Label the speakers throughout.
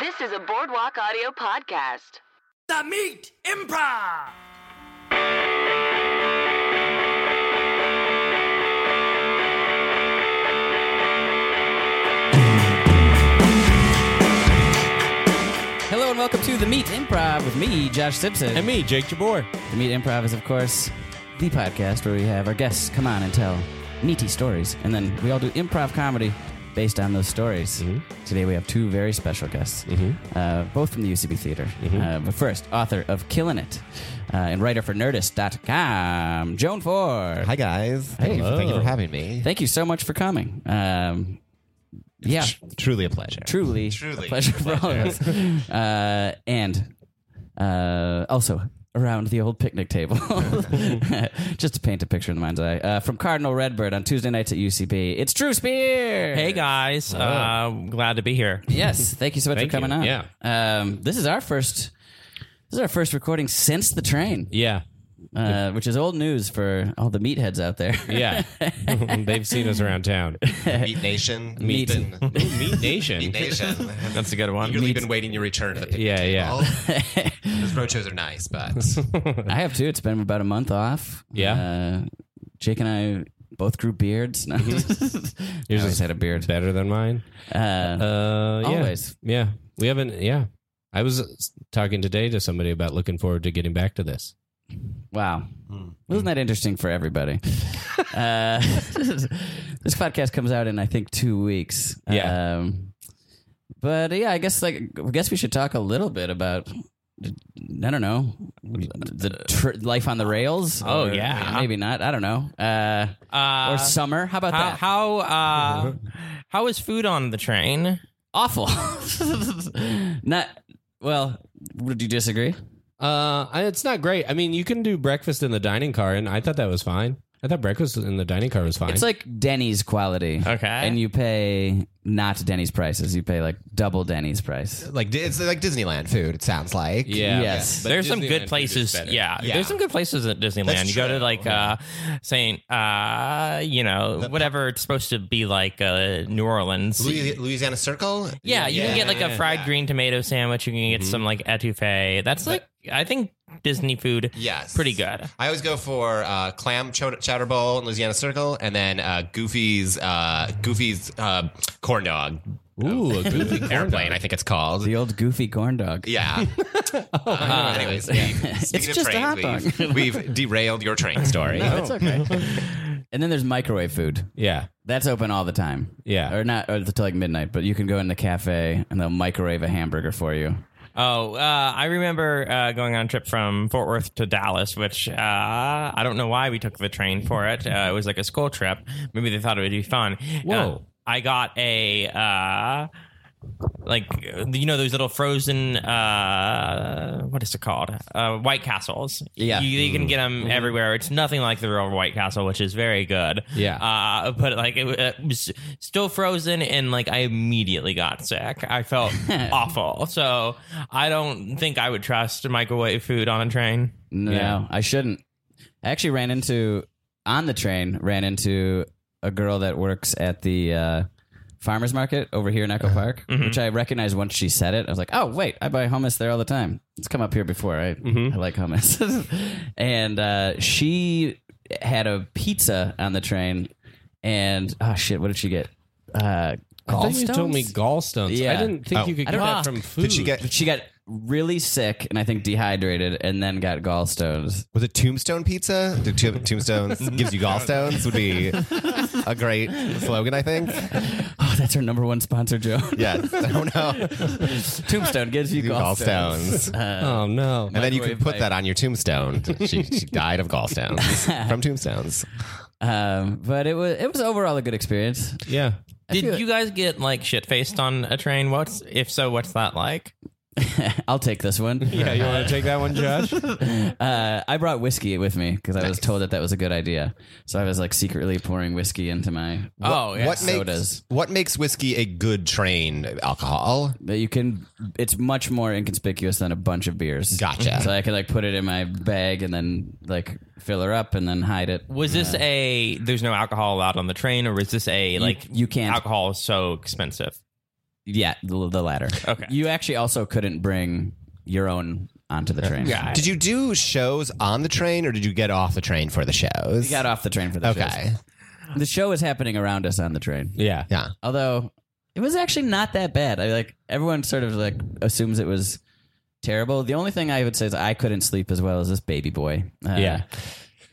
Speaker 1: This is a Boardwalk Audio podcast.
Speaker 2: The Meat Improv!
Speaker 3: Hello and welcome to The Meat Improv with me, Josh Simpson.
Speaker 4: And me, Jake Jabor.
Speaker 3: The Meat Improv is, of course, the podcast where we have our guests come on and tell meaty stories. And then we all do improv comedy based on those stories.
Speaker 4: Mm-hmm.
Speaker 3: Today we have two very special guests, uh, both from the UCB Theater.
Speaker 4: Mm-hmm.
Speaker 3: Uh, but first, author of Killing It uh, and writer for Nerdist.com, Joan Ford.
Speaker 5: Hi guys. Thank you, thank you for having me.
Speaker 3: Thank you so much for coming. Um, yeah,
Speaker 5: Tr- truly a pleasure.
Speaker 3: truly,
Speaker 5: Truly.
Speaker 3: a pleasure for all of us. Uh, and uh, also around the old picnic table, just to paint a picture in the mind's eye. Uh, from Cardinal Redbird on Tuesday nights at UCB, it's Drew Spear.
Speaker 4: Hey guys, uh, I'm glad to be here.
Speaker 3: Yes, thank you so much
Speaker 4: Thank
Speaker 3: for coming
Speaker 4: you.
Speaker 3: on.
Speaker 4: Yeah.
Speaker 3: um, this is our first. This is our first recording since the train,
Speaker 4: Yeah,
Speaker 3: uh, which is old news for all the meatheads out there.
Speaker 4: yeah, they've seen us around town.
Speaker 5: Meat Nation.
Speaker 3: Meat.
Speaker 5: Meat
Speaker 4: Meat Nation.
Speaker 5: Nation.
Speaker 4: That's a good one.
Speaker 5: You've really been waiting your return to the picnic
Speaker 4: Yeah, yeah.
Speaker 5: table. Those roadshows are nice, but
Speaker 3: I have too. It's been about a month off.
Speaker 4: Yeah. Mm-hmm.
Speaker 3: Uh, Jake and I both grew beards. No, I always
Speaker 4: is-
Speaker 3: had a beard.
Speaker 4: better than mine.
Speaker 3: Uh,
Speaker 4: Uh, yeah.
Speaker 3: Always.
Speaker 4: Yeah, we haven't. Yeah, I was talking today to somebody about looking forward to getting back to this.
Speaker 3: wow. Wasn't that interesting for everybody? uh, this podcast comes out in, I think, two weeks.
Speaker 4: Yeah.
Speaker 3: Um, but yeah, I guess like I guess we should talk a little bit about I don't know the tr- life on the rails.
Speaker 4: Uh, Oh,
Speaker 3: or
Speaker 4: yeah.
Speaker 3: maybe not. I don't know. Uh,
Speaker 6: Uh,
Speaker 3: or summer. How about
Speaker 6: how
Speaker 3: that?
Speaker 6: how, uh, how is food on the train?
Speaker 3: awful. Not well. Would you disagree?
Speaker 4: Uh, I- it's not great. I mean, you can do breakfast in the dining car, and I thought that was fine. I thought breakfast in the dining car was fine.
Speaker 3: It's like Denny's quality.
Speaker 6: Okay.
Speaker 3: and you pay not Denny's prices. You pay like double Denny's price.
Speaker 5: like it's like Disneyland food. It sounds like.
Speaker 4: yeah,
Speaker 3: yes.
Speaker 4: But
Speaker 6: there's some
Speaker 4: Disneyland food
Speaker 6: good
Speaker 4: is
Speaker 6: places.
Speaker 4: better.
Speaker 6: Yeah,
Speaker 5: Yeah.
Speaker 6: there's some good places at Disneyland.
Speaker 5: That's
Speaker 6: you go
Speaker 5: true.
Speaker 6: to like
Speaker 5: Yeah.
Speaker 6: uh, Saint, uh, you know, whatever it's supposed to be like uh, New Orleans.
Speaker 5: Louis- Louisiana Circle.
Speaker 6: yeah, you can get like a fried
Speaker 5: Yeah.
Speaker 6: green tomato sandwich. You can get some like etouffee. That's like I think Disney food.
Speaker 5: Yes.
Speaker 6: pretty good.
Speaker 5: I always go for uh, clam chowder, chowder bowl in Louisiana Circle, and then uh, Goofy's uh, Goofy's uh, corn dog
Speaker 4: Ooh, a goofy corn dog.
Speaker 5: airplane. I think it's called.
Speaker 3: The old goofy corn dog.
Speaker 5: Yeah. Uh, anyways, it's
Speaker 3: It's just a hot dog.
Speaker 5: We've, we've derailed your train story.
Speaker 3: That's okay. and then there's microwave food.
Speaker 4: Yeah,
Speaker 3: That's open all the time.
Speaker 4: Yeah.
Speaker 3: Or not or until like midnight, but you can go in the cafe and they'll microwave a hamburger for you.
Speaker 6: Oh, uh, I remember uh, going on a trip from Fort Worth to Dallas, which uh, I don't know why we took the train for it. Uh, it was like a school trip. Maybe they thought it would be fun.
Speaker 4: Whoa.
Speaker 6: Uh, I got a. Uh, like uh, you know those little frozen uh what is it called uh white castles
Speaker 3: Yeah.
Speaker 6: you, you can get them everywhere it's nothing like the real white castle which is very good
Speaker 4: Yeah.
Speaker 6: uh but like it, wa- it was still frozen and like i immediately got sick i felt awful so i don't think i would trust microwave food on a train
Speaker 3: No,
Speaker 4: Yeah.
Speaker 3: I shouldn't. I actually ran into on the train, ran into a girl that works at the uh, farmers market over here in Echo
Speaker 4: Uh-huh.
Speaker 3: Park,
Speaker 4: Mm-hmm.
Speaker 3: which I recognized once she said it. I was like, "Oh, wait, I buy hummus there all the time. It's come up here before. I
Speaker 4: Mm-hmm.
Speaker 3: I like hummus." and uh, she had a pizza on the train, and oh shit, what did she get? Uh,
Speaker 4: I thought you told me
Speaker 3: gallstones?
Speaker 4: gallstones. I
Speaker 3: Yeah.
Speaker 4: didn't think you could
Speaker 3: I
Speaker 4: get
Speaker 3: don't
Speaker 4: that
Speaker 3: know.
Speaker 4: from food.
Speaker 5: she get-
Speaker 3: But she got really sick and I think dehydrated, and then got gallstones.
Speaker 5: Was it Tombstone Pizza? Did tomb- Tombstones gives you gallstones? Would be a great slogan, I think.
Speaker 3: Oh, that's her number one sponsor, Joe.
Speaker 5: Yes. Oh, I don't know.
Speaker 3: Tombstone gives you Uh, gallstones.
Speaker 5: Gallstones.
Speaker 4: oh no!
Speaker 5: and then you could
Speaker 3: microwave
Speaker 5: put that on your tombstone. She, she died of gallstones from tombstones.
Speaker 3: Um, but it was it was overall a good experience.
Speaker 4: Yeah.
Speaker 6: Did you guys get like shit faced on a train? What's if so? What's that like?
Speaker 3: I'll take this one.
Speaker 4: Yeah, you want to take that one, Josh?
Speaker 3: Uh, I brought whiskey with me because I was told that that was a good idea. So I was like secretly pouring whiskey into my
Speaker 6: oh, yeah.
Speaker 5: what
Speaker 3: Sodas.
Speaker 5: makes what makes whiskey a good train alcohol?
Speaker 3: that you can. It's much more inconspicuous than a bunch of beers.
Speaker 5: Gotcha.
Speaker 3: So I could like put it in my bag and then like fill her up and then hide it.
Speaker 6: was this a there's no alcohol allowed on the train, or was this a like
Speaker 3: you can't-
Speaker 6: alcohol is so expensive?
Speaker 3: Yeah, the, the latter.
Speaker 6: Okay.
Speaker 3: You actually also couldn't bring your own onto the train.
Speaker 6: Yeah.
Speaker 5: Did you do shows on the train or did you get off the train for the shows?
Speaker 3: We got off the train for the
Speaker 5: Okay.
Speaker 3: shows. The show is happening around us on the train.
Speaker 4: Yeah.
Speaker 5: Yeah.
Speaker 3: although it was actually not that bad. I like everyone sort of like assumes it was terrible. The only thing I would say is I couldn't sleep as well as this baby boy. Uh,
Speaker 4: Yeah.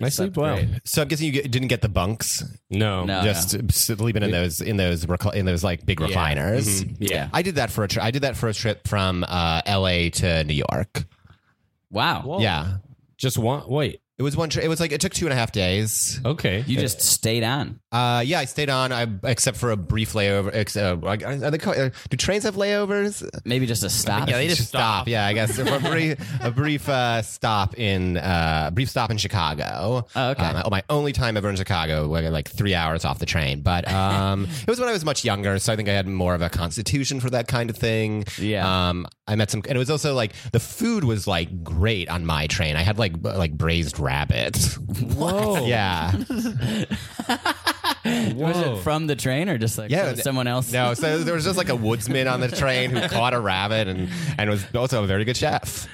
Speaker 4: I sleep well.
Speaker 3: great.
Speaker 5: So I'm guessing you get, didn't get the bunks,
Speaker 4: No.
Speaker 3: No.
Speaker 5: just sleeping in those in those recli- in those like big recliners.
Speaker 6: Mm-hmm.
Speaker 3: yeah.
Speaker 5: I did that for a tri- I did that for a trip from uh, L.A. to New York.
Speaker 3: Wow.
Speaker 5: Yeah,
Speaker 4: Just one. Wait.
Speaker 5: it was one. Tri- it was like it took two and a half days.
Speaker 4: Okay.
Speaker 3: You just stayed on.
Speaker 5: Uh, yeah, I stayed on, I, except for a brief layover. Ex- uh, are they call- uh, do trains have layovers?
Speaker 3: Maybe just a stop.
Speaker 6: Yeah, they just stop.
Speaker 5: Yeah, I guess for a brief, a brief uh, stop in uh, brief stop in Chicago.
Speaker 3: Oh, okay.
Speaker 5: Um, my only time ever in Chicago, where I got, like three hours off the train. But um, it was when I was much younger, so I think I had more of a constitution for that kind of thing.
Speaker 3: Yeah.
Speaker 5: Um, I met some, and it was also like the food was like great on my train. I had like b- like braised rabbit.
Speaker 4: Whoa.
Speaker 5: yeah.
Speaker 3: Was
Speaker 4: Whoa.
Speaker 3: it from the train or just like
Speaker 5: Yeah,
Speaker 3: from
Speaker 5: th-
Speaker 3: someone else?
Speaker 5: No, so there was just like a woodsman on the train who caught a rabbit and and was also a very good chef.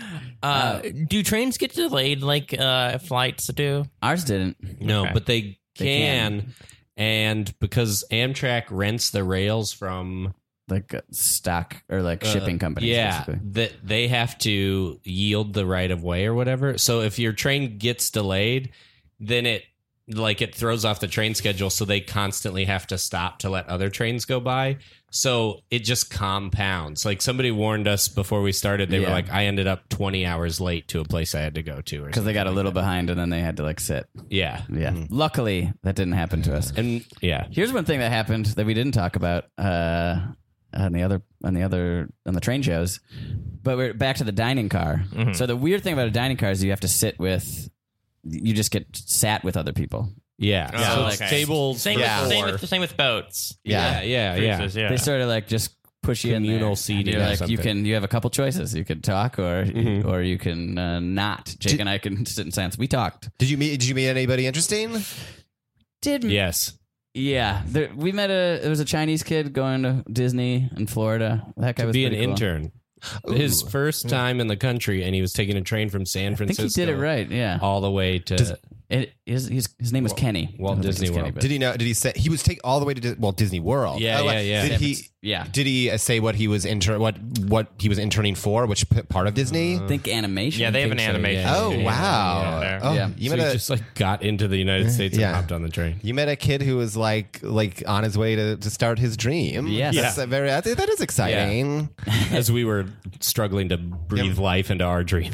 Speaker 6: Uh, do trains get delayed like uh, flights do?
Speaker 3: Ours didn't.
Speaker 4: No, but they can.
Speaker 3: can.
Speaker 4: And because Amtrak rents the rails from
Speaker 3: Like a stock or like shipping companies.
Speaker 4: Uh, yeah,
Speaker 3: Basically.
Speaker 4: that they have to yield the right of way or whatever. So if your train gets delayed, then it like it throws off the train schedule. So they constantly have to stop to let other trains go by. So it just compounds. Like somebody warned us before we started. They
Speaker 3: Yeah.
Speaker 4: were like, I ended up twenty hours late to a place I had to go to, or
Speaker 3: Because
Speaker 4: something.
Speaker 3: they got a little behind and then they had to like sit.
Speaker 4: yeah,
Speaker 3: Yeah. Luckily, that didn't happen to us.
Speaker 4: and yeah,
Speaker 3: Here's one thing that happened that we didn't talk about uh, on the other on the other on the train shows, but we're back to the dining car.
Speaker 4: Mm-hmm.
Speaker 3: So the weird thing about a dining car is you have to sit with, you just get sat with other people.
Speaker 4: yeah.
Speaker 6: Oh,
Speaker 4: so it's
Speaker 6: okay.
Speaker 4: tables.
Speaker 6: Same,
Speaker 5: Yeah.
Speaker 6: with, same,
Speaker 4: four.
Speaker 6: with, same with boats.
Speaker 4: yeah, yeah, yeah.
Speaker 6: Cruises, yeah.
Speaker 3: They sort of like just push you in
Speaker 4: Communal
Speaker 3: there.
Speaker 4: seating
Speaker 3: You're
Speaker 4: or
Speaker 3: like you
Speaker 4: something. Mm-hmm.
Speaker 3: can you have a couple choices. You can talk or or you can uh, not. Jake and I can sit in silence. We talked.
Speaker 5: Did you meet? Did you meet anybody interesting?
Speaker 3: Did
Speaker 4: Yes.
Speaker 3: yeah. There, we met a there was a Chinese kid going to Disney in Florida. That guy was
Speaker 4: be an
Speaker 3: pretty cool.
Speaker 4: intern. His first time in the country, and he was taking a train from San
Speaker 3: I think
Speaker 4: Francisco.
Speaker 3: he did it right. Yeah.
Speaker 4: all the way to.
Speaker 3: It, his, his, his name was Kenny. I
Speaker 4: Walt
Speaker 3: don't think
Speaker 4: Disney
Speaker 3: it's
Speaker 4: World.
Speaker 3: but-
Speaker 5: Did he know? Did he say he was take all the way to Dis- well Disney World?
Speaker 4: Yeah,
Speaker 5: Oh,
Speaker 4: yeah, yeah.
Speaker 5: Did he?
Speaker 3: yeah.
Speaker 5: Did he uh, say what he was inter what what he was interning for? Which p- part of Disney?
Speaker 3: I think animation.
Speaker 6: yeah, they have an
Speaker 3: so,
Speaker 6: animation.
Speaker 4: Uh, yeah.
Speaker 5: oh wow!
Speaker 6: Yeah.
Speaker 5: Oh,
Speaker 3: Yeah.
Speaker 5: you
Speaker 4: so
Speaker 5: met
Speaker 4: he
Speaker 5: a
Speaker 4: just like got into the United States and
Speaker 5: Yeah.
Speaker 4: hopped on the train.
Speaker 5: you met a kid who was like like on his way to, to start his dream.
Speaker 3: Yes.
Speaker 5: that's a very that that is exciting.
Speaker 4: As we were struggling to breathe life into our dream.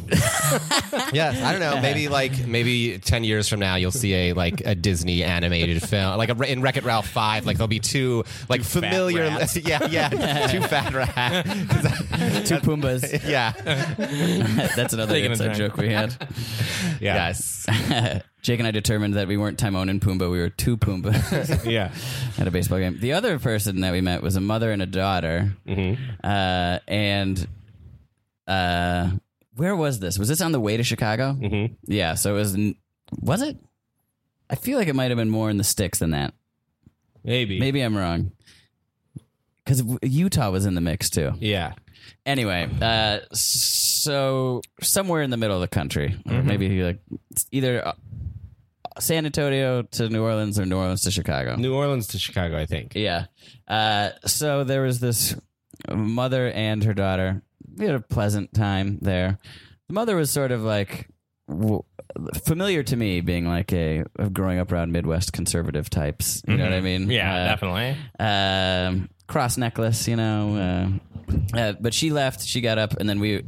Speaker 5: yes, I don't know. Maybe like maybe ten years from now, you'll see a like a Disney animated film, like a, in Wreck It Ralph Five. Like there'll be two like
Speaker 6: fat
Speaker 5: familiar,
Speaker 6: rats.
Speaker 5: yeah, yeah, two fat rats. 'Cause
Speaker 3: Two Pumbas.
Speaker 5: I- yeah,
Speaker 3: That's another
Speaker 6: Taking a
Speaker 3: inside
Speaker 6: drink.
Speaker 3: joke we had.
Speaker 4: Yeah.
Speaker 5: yes.
Speaker 3: Jake and I determined that we weren't Timon and Pumbaa. We were two Pumbas
Speaker 4: Yeah.
Speaker 3: at a baseball game. The other person that we met was a mother and a daughter. Uh, and uh, where was this? Was this on the way to Chicago? Mm-hmm. Yeah. So it was. n- Was it? I feel like it might have been more in the sticks than that.
Speaker 4: Maybe.
Speaker 3: Maybe I'm wrong. Because Utah was in the mix too.
Speaker 4: Yeah.
Speaker 3: Anyway, uh, so somewhere in the middle of the country, or maybe like it's either uh, San Antonio to New Orleans or New Orleans to Chicago.
Speaker 4: New Orleans to Chicago, I think.
Speaker 3: yeah. Uh, so there was this mother and her daughter. We had a pleasant time there. The mother was sort of like w- familiar to me, being like a of growing up around Midwest conservative types. You know what I mean?
Speaker 6: Yeah,
Speaker 3: Uh,
Speaker 6: definitely.
Speaker 3: um, cross necklace, you know. Uh, uh, but she left. She got up, and then we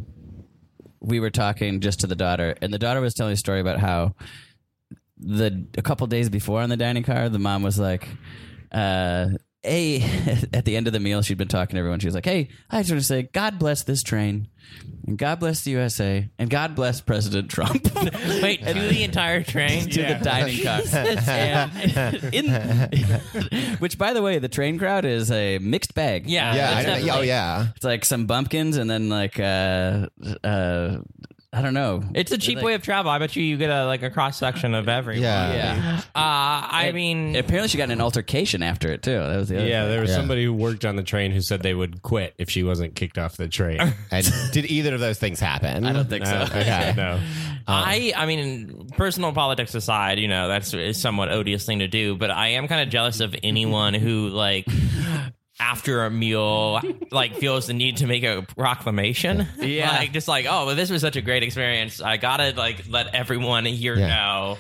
Speaker 3: we were talking just to the daughter, and the daughter was telling a story about how the a couple days before on the dining car, the mom was like, uh, "Hey," at the end of the meal, she'd been talking to everyone. She was like, "Hey, I just want to say, God bless this train, and God bless the USA, and God bless President Trump." to
Speaker 6: Wait, do the entire train?
Speaker 3: the dining car, And in, which, by the way, the train crowd is a mixed bag.
Speaker 6: Yeah,
Speaker 5: Yeah,
Speaker 6: that's
Speaker 5: I don't know.
Speaker 6: definitely-
Speaker 5: oh yeah.
Speaker 3: It's like some bumpkins and then like uh uh I don't know.
Speaker 6: It's a cheap
Speaker 3: Like-
Speaker 6: way of travel. I bet you you get a like a cross section of everyone.
Speaker 5: Yeah.
Speaker 3: yeah.
Speaker 6: Uh, I mean,
Speaker 3: Apparently she got in an altercation after it too. That was the other
Speaker 4: Yeah,
Speaker 3: thing.
Speaker 4: there was
Speaker 5: Yeah.
Speaker 4: somebody who worked on the train who said they would quit if she wasn't kicked off the train.
Speaker 5: And did either of those things happen?
Speaker 3: I don't think so.
Speaker 4: Uh, okay, no.
Speaker 6: I I mean, personal politics aside, you know that's a somewhat odious thing to do. But I am kind of jealous of anyone who like after a meal like feels the need to make a proclamation.
Speaker 3: Yeah.
Speaker 6: like just like oh, well, this was such a great experience. I gotta like let everyone here
Speaker 5: Yeah.
Speaker 6: know.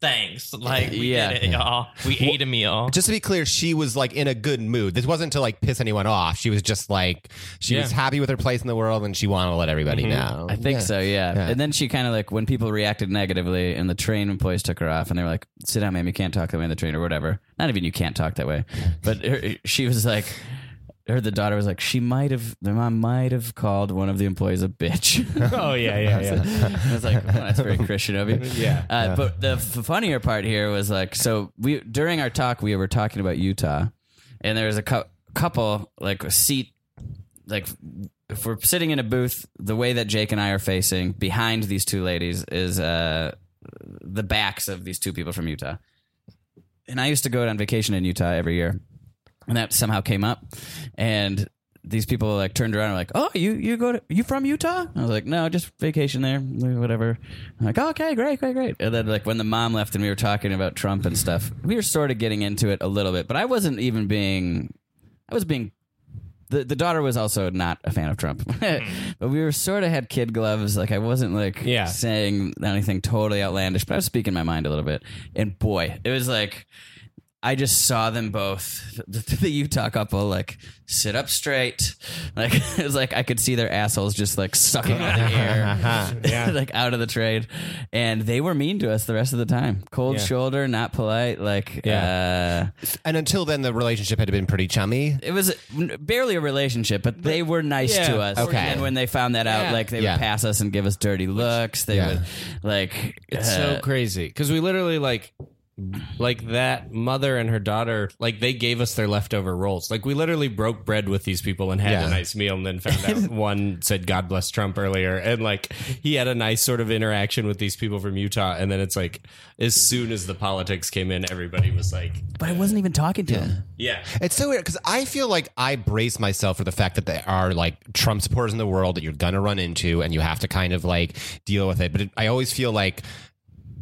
Speaker 6: Thanks. Like we
Speaker 3: Yeah.
Speaker 6: did it, y'all. We ate a meal.
Speaker 5: Just to be clear, she was like in a good mood. This wasn't to like piss anyone off. She was just like she was
Speaker 4: Yeah.
Speaker 5: happy with her place in the world and she wanted to let everybody know.
Speaker 3: Mm-hmm. I think
Speaker 5: Yeah.
Speaker 3: so, yeah.
Speaker 5: Yeah.
Speaker 3: And then she kind of like when people reacted negatively and the train employees took her off and they were like, "Sit down, ma'am. You can't talk that way in the train or whatever." Not even you can't talk that way, but her, she was like, her the daughter was like, she might have the mom might have called one of the employees a bitch.
Speaker 4: Oh yeah, yeah, yeah.
Speaker 3: I was like, oh, that's very Christian of you.
Speaker 4: Yeah.
Speaker 3: Uh, But the f- funnier part here was like, so we during our talk we were talking about Utah, and there was a cou- couple like a seat, like if we're sitting in a booth, the way that Jake and I are facing behind these two ladies is uh, the backs of these two people from Utah. And I used to go on vacation in Utah every year, and that somehow came up, and these people like turned around and were like, "Oh, you you go to you from Utah?" I was like, "No, just vacation there, whatever." I'm like, "Okay, great, great, great." And then like when the mom left and we were talking about Trump and stuff, we were sort of getting into it a little bit, but I wasn't even being, I was being. The, the daughter was also not a fan of Trump, but we were sort of had kid gloves. Like I wasn't like
Speaker 4: Yeah.
Speaker 3: saying anything totally outlandish, but I was speaking my mind a little bit. And boy, it was like I just saw them both, the, the Utah couple, like sit up straight. Like it was like I could see their assholes just like sucking out the air, like out of the trade. And they were mean to us the rest of the time. Cold
Speaker 4: Yeah.
Speaker 3: shoulder, not polite. Like uh,
Speaker 5: And until then, the relationship had been pretty chummy.
Speaker 3: it was barely a relationship, but they were nice
Speaker 4: Yeah.
Speaker 3: to us.
Speaker 5: Okay.
Speaker 3: And when they found that out,
Speaker 4: Yeah.
Speaker 3: like they
Speaker 5: Yeah.
Speaker 3: would pass us and give us dirty looks. They
Speaker 5: Yeah.
Speaker 3: would like
Speaker 4: It's
Speaker 3: uh,
Speaker 4: so crazy because we literally like, like that mother and her daughter, like they gave us their leftover rolls. Like we literally broke bread with these people and had
Speaker 5: Yeah.
Speaker 4: a nice meal, and then found out one said "God bless Trump" earlier, and like he had a nice sort of interaction with these people from Utah, and then it's like as soon as the politics came in, everybody was like,
Speaker 3: but I wasn't even talking to them.
Speaker 4: "Yeah."
Speaker 5: It's so weird because I feel like I brace myself for the fact that there are like Trump supporters in the world that you're gonna run into, and you have to kind of like deal with it. But it, I always feel like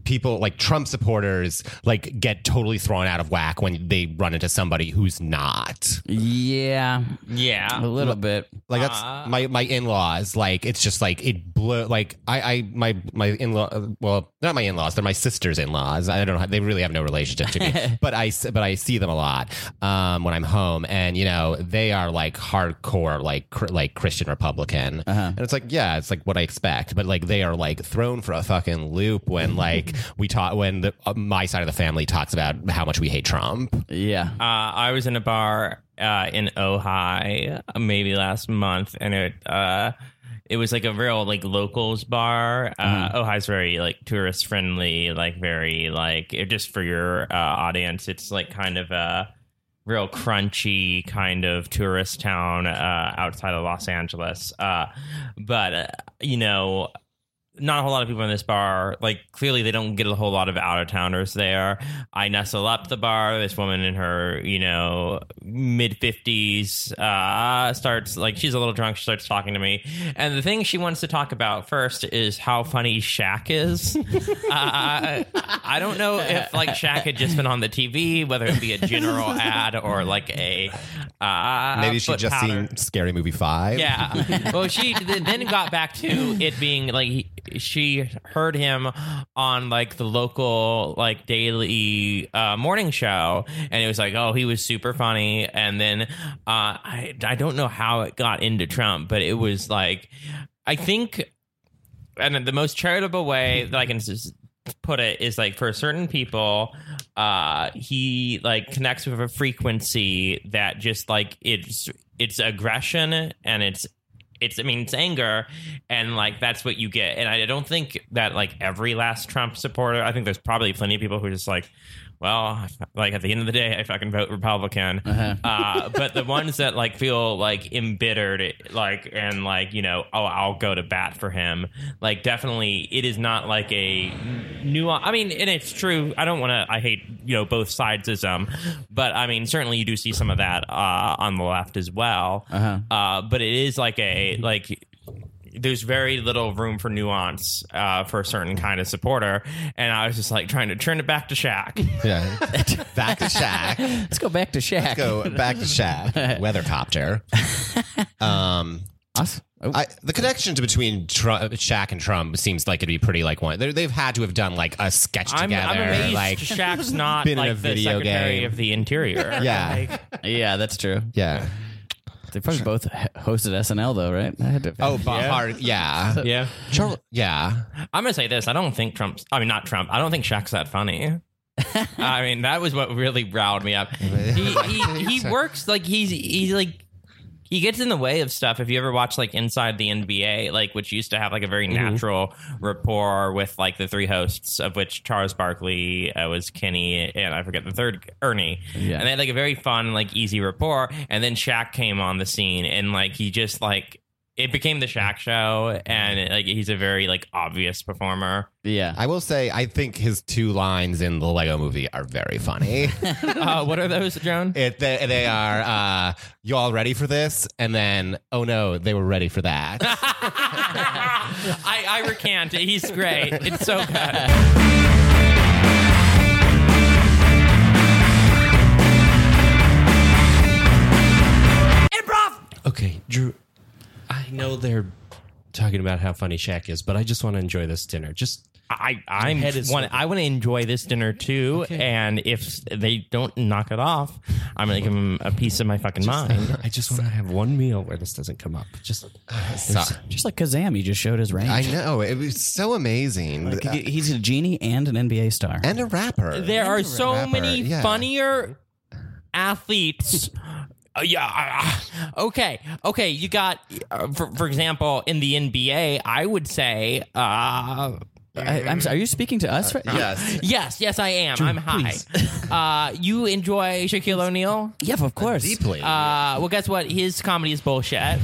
Speaker 5: people like Trump supporters like get totally thrown out of whack when they run into somebody who's not.
Speaker 3: Yeah, a
Speaker 6: yeah.
Speaker 3: little bit.
Speaker 5: Like that's my my in laws. Like it's just like it blew. Like I I my my in law. Well, not my in laws. They're my sister's in laws. I don't. know. They really have no relationship to me. but I s- but I see them a lot um, when I'm home, and you know they are like hardcore like cr- like Christian Republican,
Speaker 6: Uh-huh.
Speaker 5: and it's like yeah, it's like what I expect. But like they are like thrown for a fucking loop when like we talk when the, uh, my side of the family talks about how much we hate Trump.
Speaker 3: Yeah.
Speaker 6: Uh, I was in a bar uh, in Ojai uh, maybe last month, and it uh, it was like a real like locals bar. Uh, Ojai's very like tourist friendly, like very like it- just for your uh, audience. It's like kind of a real crunchy kind of tourist town uh, outside of Los Angeles. Uh, but uh, you know, not a whole lot of people in this bar. Like clearly they don't get a whole lot of out of towners there. I nestle up the bar. This woman in her, you know, mid fifties, uh, starts like she's a little drunk, she starts talking to me. And the thing she wants to talk about first is how funny Shaq is. uh, I don't know if like Shaq had just been on the TV, whether it be a general ad or like a uh
Speaker 5: Maybe she
Speaker 6: foot
Speaker 5: just
Speaker 6: powder.
Speaker 5: seen Scary Movie Five.
Speaker 6: Yeah. Well, she th- then got back to it being like he, she heard him on like the local like daily uh, morning show, and it was like, oh, he was super funny. And then uh, I I don't know how it got into Trump, but it was like I think and the most charitable way that I can s- put it is like for certain people, uh, he like connects with a frequency that just like it's it's aggression and it's it's I mean it's anger and like that's what you get. And I don't think that like every last Trump supporter. I think there's probably plenty of people who are just like. Well, like at the end of the day, I fucking vote Republican.
Speaker 3: Uh-huh.
Speaker 6: uh but the ones that like feel like embittered, like and like you know, oh, I'll go to bat for him. Like definitely, it is not like a nuance. I mean, and it's true. I don't want to. I hate you know both sidesism, but I mean certainly you do see some of that uh, on the left as well.
Speaker 3: Uh-huh.
Speaker 6: Uh, but it is like a like there's very little room for nuance uh, for a certain kind of supporter, and I was just like trying to turn it back to Shaq.
Speaker 5: Yeah. back to Shaq.
Speaker 3: Let's go back to Shaq.
Speaker 5: Go back to Shaq. Weathercopter. Um,
Speaker 3: Us? Oh,
Speaker 5: I, the connection to between Trump, Uh, Shaq and Trump seems like it'd be pretty like one. They're, they've had to have done like a sketch
Speaker 6: I'm,
Speaker 5: together.
Speaker 6: I'm amazed
Speaker 5: like,
Speaker 6: Shaq's not
Speaker 5: been in
Speaker 6: like
Speaker 5: a video
Speaker 6: the Secretary
Speaker 5: game.
Speaker 6: of the Interior.
Speaker 5: yeah,
Speaker 3: yeah, that's true.
Speaker 5: yeah.
Speaker 3: They probably both h- hosted SNL though, right? I had to.
Speaker 5: Oh, Bahar, yeah, yeah.
Speaker 6: yeah.
Speaker 5: Charles, yeah.
Speaker 6: I'm gonna say this. I don't think Trump's. I mean, not Trump. I don't think Shaq's that funny. I mean, that was what really riled me up. He he, he works like he's he's like he gets in the way of stuff. If you ever watch like Inside the NBA, like which used to have like a very
Speaker 5: Mm-hmm.
Speaker 6: natural rapport with like the three hosts, of which Charles Barkley uh, was Kenny, and I forget the third Ernie,
Speaker 3: Yeah.
Speaker 6: and they had like a very fun like easy rapport. And then Shaq came on the scene, and like he just like. It became the Shaq show, and like he's a very like obvious performer.
Speaker 3: yeah.
Speaker 5: I will say, I think his two lines in the Lego Movie are very funny.
Speaker 6: uh, what are those, Joan?
Speaker 5: it, they, they are, uh, you all ready for this? And then, oh no, they were ready for that.
Speaker 6: I, I recant. He's great. It's so good.
Speaker 2: Improv!
Speaker 4: Okay, Drew. I know they're talking about how funny Shaq is, but I just want to enjoy this dinner. Just
Speaker 6: I I'm
Speaker 4: Head is
Speaker 6: want,
Speaker 4: swivel.
Speaker 6: I want to enjoy this dinner too, and if they don't knock it off, I'm gonna give them a piece of my fucking mind.
Speaker 4: I just want to have one meal where this doesn't come up. Just
Speaker 5: Sorry.
Speaker 3: Just like Kazam, he just showed his range.
Speaker 5: I know. It was so amazing.
Speaker 3: Like, he- He's a genie and an NBA star.
Speaker 5: and a rapper.
Speaker 6: There are so
Speaker 5: rapper,
Speaker 6: many
Speaker 5: yeah.
Speaker 6: funnier athletes. Uh, yeah. I- I- okay. Okay. You got, uh, for, for example, in the NBA, I would say, uh,
Speaker 3: I, I'm sorry, are you speaking to us?
Speaker 5: Uh,
Speaker 3: right-
Speaker 5: yes.
Speaker 6: yes, yes, I am. I'm high. Uh, you enjoy Shaquille O'Neal?
Speaker 3: Yeah, of course.
Speaker 5: Deeply.
Speaker 6: Uh, well, guess what? His comedy is bullshit.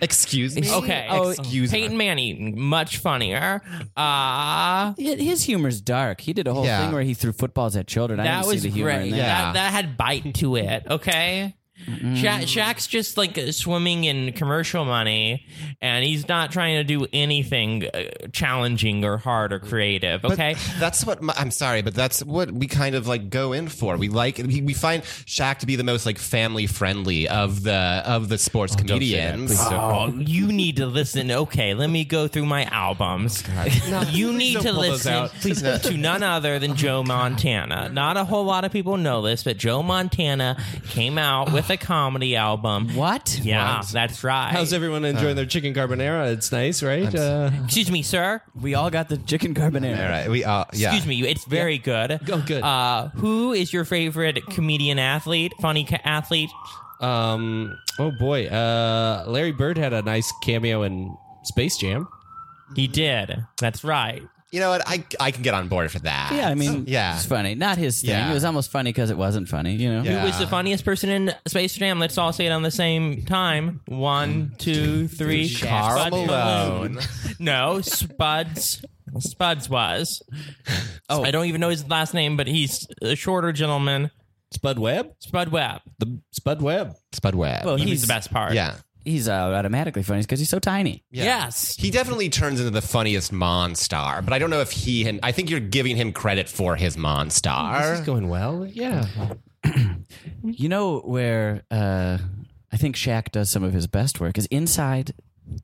Speaker 5: Excuse me.
Speaker 6: Okay.
Speaker 3: oh,
Speaker 5: Oh, Excuse me.
Speaker 6: Peyton Manning, much funnier. Uh,
Speaker 3: Yeah, His humor's dark. He did a whole
Speaker 5: Yeah.
Speaker 3: thing where he threw footballs at children. I
Speaker 6: that
Speaker 3: didn't
Speaker 6: was
Speaker 3: see the humor
Speaker 6: great.
Speaker 3: in that.
Speaker 5: Yeah.
Speaker 6: That, that had bite to it. Okay. Sha- Shaq's just like uh, swimming in commercial money, and he's not trying to do anything uh, challenging or hard or creative. Okay,
Speaker 5: That's what my, I'm sorry, but that's what we kind of like go in for. We like we, we find Shaq to be the most like family friendly of the of the sports comedians.
Speaker 6: Oh, you need to listen. Okay, let me go through my albums.
Speaker 3: Oh,
Speaker 6: you need to
Speaker 5: pull those
Speaker 6: listen
Speaker 5: out. Please no.
Speaker 6: to none other than
Speaker 3: Oh,
Speaker 6: Joe Montana. Not a whole lot of people know this, but Joe Montana came out with a comedy album.
Speaker 3: What?
Speaker 6: Yeah, that's right.
Speaker 4: how's everyone enjoying their chicken carbonara? It's nice, right? Uh,
Speaker 6: Excuse me, sir.
Speaker 3: We all got the chicken carbonara.
Speaker 5: All right, we uh, yeah.
Speaker 6: Excuse me. It's very good.
Speaker 4: Oh, good.
Speaker 6: Uh, who is your favorite comedian athlete? Funny ca- athlete?
Speaker 4: um. Oh boy. Uh, Larry Bird had a nice cameo in Space Jam.
Speaker 6: He did. That's right.
Speaker 5: You know what? I I can get on board for that.
Speaker 3: Yeah, I mean,
Speaker 5: yeah.
Speaker 3: it's funny. Not his thing.
Speaker 5: Yeah.
Speaker 3: It was almost funny because it wasn't funny, you know?
Speaker 5: Yeah.
Speaker 6: Who was the funniest person in Space Jam? Let's all say it on the same time. One, two, three.
Speaker 5: Carl
Speaker 6: Spud
Speaker 5: Malone.
Speaker 6: No, Spuds. Spuds was. Oh, I don't even know his last name, but he's a shorter gentleman.
Speaker 4: Spud Webb.
Speaker 6: Spud Webb.
Speaker 4: The Spud Webb.
Speaker 5: Spud Webb.
Speaker 3: Well,
Speaker 6: He was
Speaker 3: he's,
Speaker 6: the best part.
Speaker 5: yeah.
Speaker 3: he's uh, automatically funny because he's so tiny.
Speaker 5: Yeah.
Speaker 6: Yes.
Speaker 5: He definitely turns into the funniest Monstar, but I don't know if he and I think you're giving him credit for his
Speaker 4: This is
Speaker 5: Monstar.
Speaker 4: going well. Yeah.
Speaker 3: You know where uh, I think Shaq does some of his best work is inside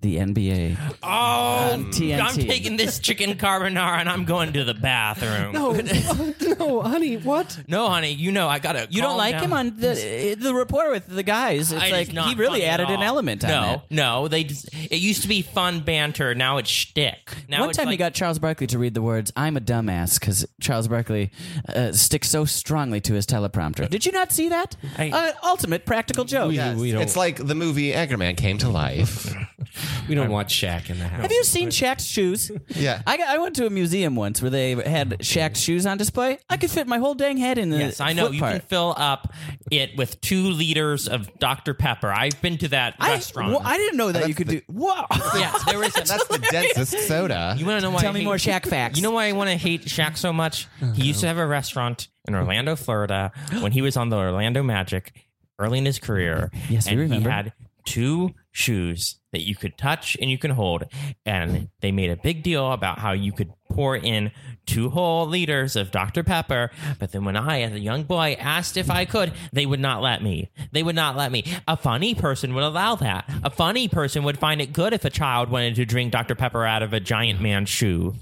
Speaker 3: The NBA.
Speaker 6: Oh,
Speaker 3: TNT.
Speaker 6: I'm taking this chicken carbonara and I'm going to the bathroom. No,
Speaker 5: oh, no, honey, what?
Speaker 6: honey, you know I gotta.
Speaker 3: You don't
Speaker 6: calm
Speaker 3: like
Speaker 6: down.
Speaker 3: him on the the rapport with the guys. It's
Speaker 6: I-
Speaker 3: like
Speaker 6: not
Speaker 3: he really
Speaker 6: funny at
Speaker 3: added an
Speaker 6: all.
Speaker 3: element.
Speaker 6: No,
Speaker 3: on that.
Speaker 6: no, they. Just, it used to be fun banter. Now it's shtick. Now
Speaker 3: One
Speaker 6: it's
Speaker 3: time he
Speaker 6: like,
Speaker 3: got Charles Barkley to read the words "I'm a dumbass" because Charles Barkley uh, sticks so strongly to his teleprompter. Did you not see that?
Speaker 6: I-
Speaker 3: uh, ultimate practical joke.
Speaker 5: It's like the movie Anchorman came to life.
Speaker 4: We don't want Shaq in the house.
Speaker 3: Have you seen Shaq's shoes?
Speaker 5: Yeah.
Speaker 3: I, got- I went to a museum once where they had Shaq's shoes on display. I could fit my whole dang head in the
Speaker 6: Yes, I know.
Speaker 3: foot
Speaker 6: You
Speaker 3: part.
Speaker 6: can fill up it with two liters of Dr Pepper. I've been to that
Speaker 3: I,
Speaker 6: restaurant.
Speaker 3: well, I didn't know that you could do. Wow.
Speaker 6: yeah, there was. A,
Speaker 5: That's the densest soda.
Speaker 6: you want to know why?
Speaker 3: Tell
Speaker 6: I
Speaker 3: me
Speaker 6: hate-
Speaker 3: more Shaq facts.
Speaker 6: You know why I want to hate Shaq so much?
Speaker 3: Oh,
Speaker 6: He used to have a restaurant in Orlando, Florida, when he was on the Orlando Magic early in his career.
Speaker 3: Yes, we
Speaker 6: and
Speaker 3: remember.
Speaker 6: He had two shoes that you could touch and you can hold, and they made a big deal about how you could pour in two whole liters of Dr Pepper. But then when I, as a young boy, asked if I could, they would not let me. They would not let me. A funny person would allow that. A funny person would find it good if a child wanted to drink Dr Pepper out of a giant man's shoe.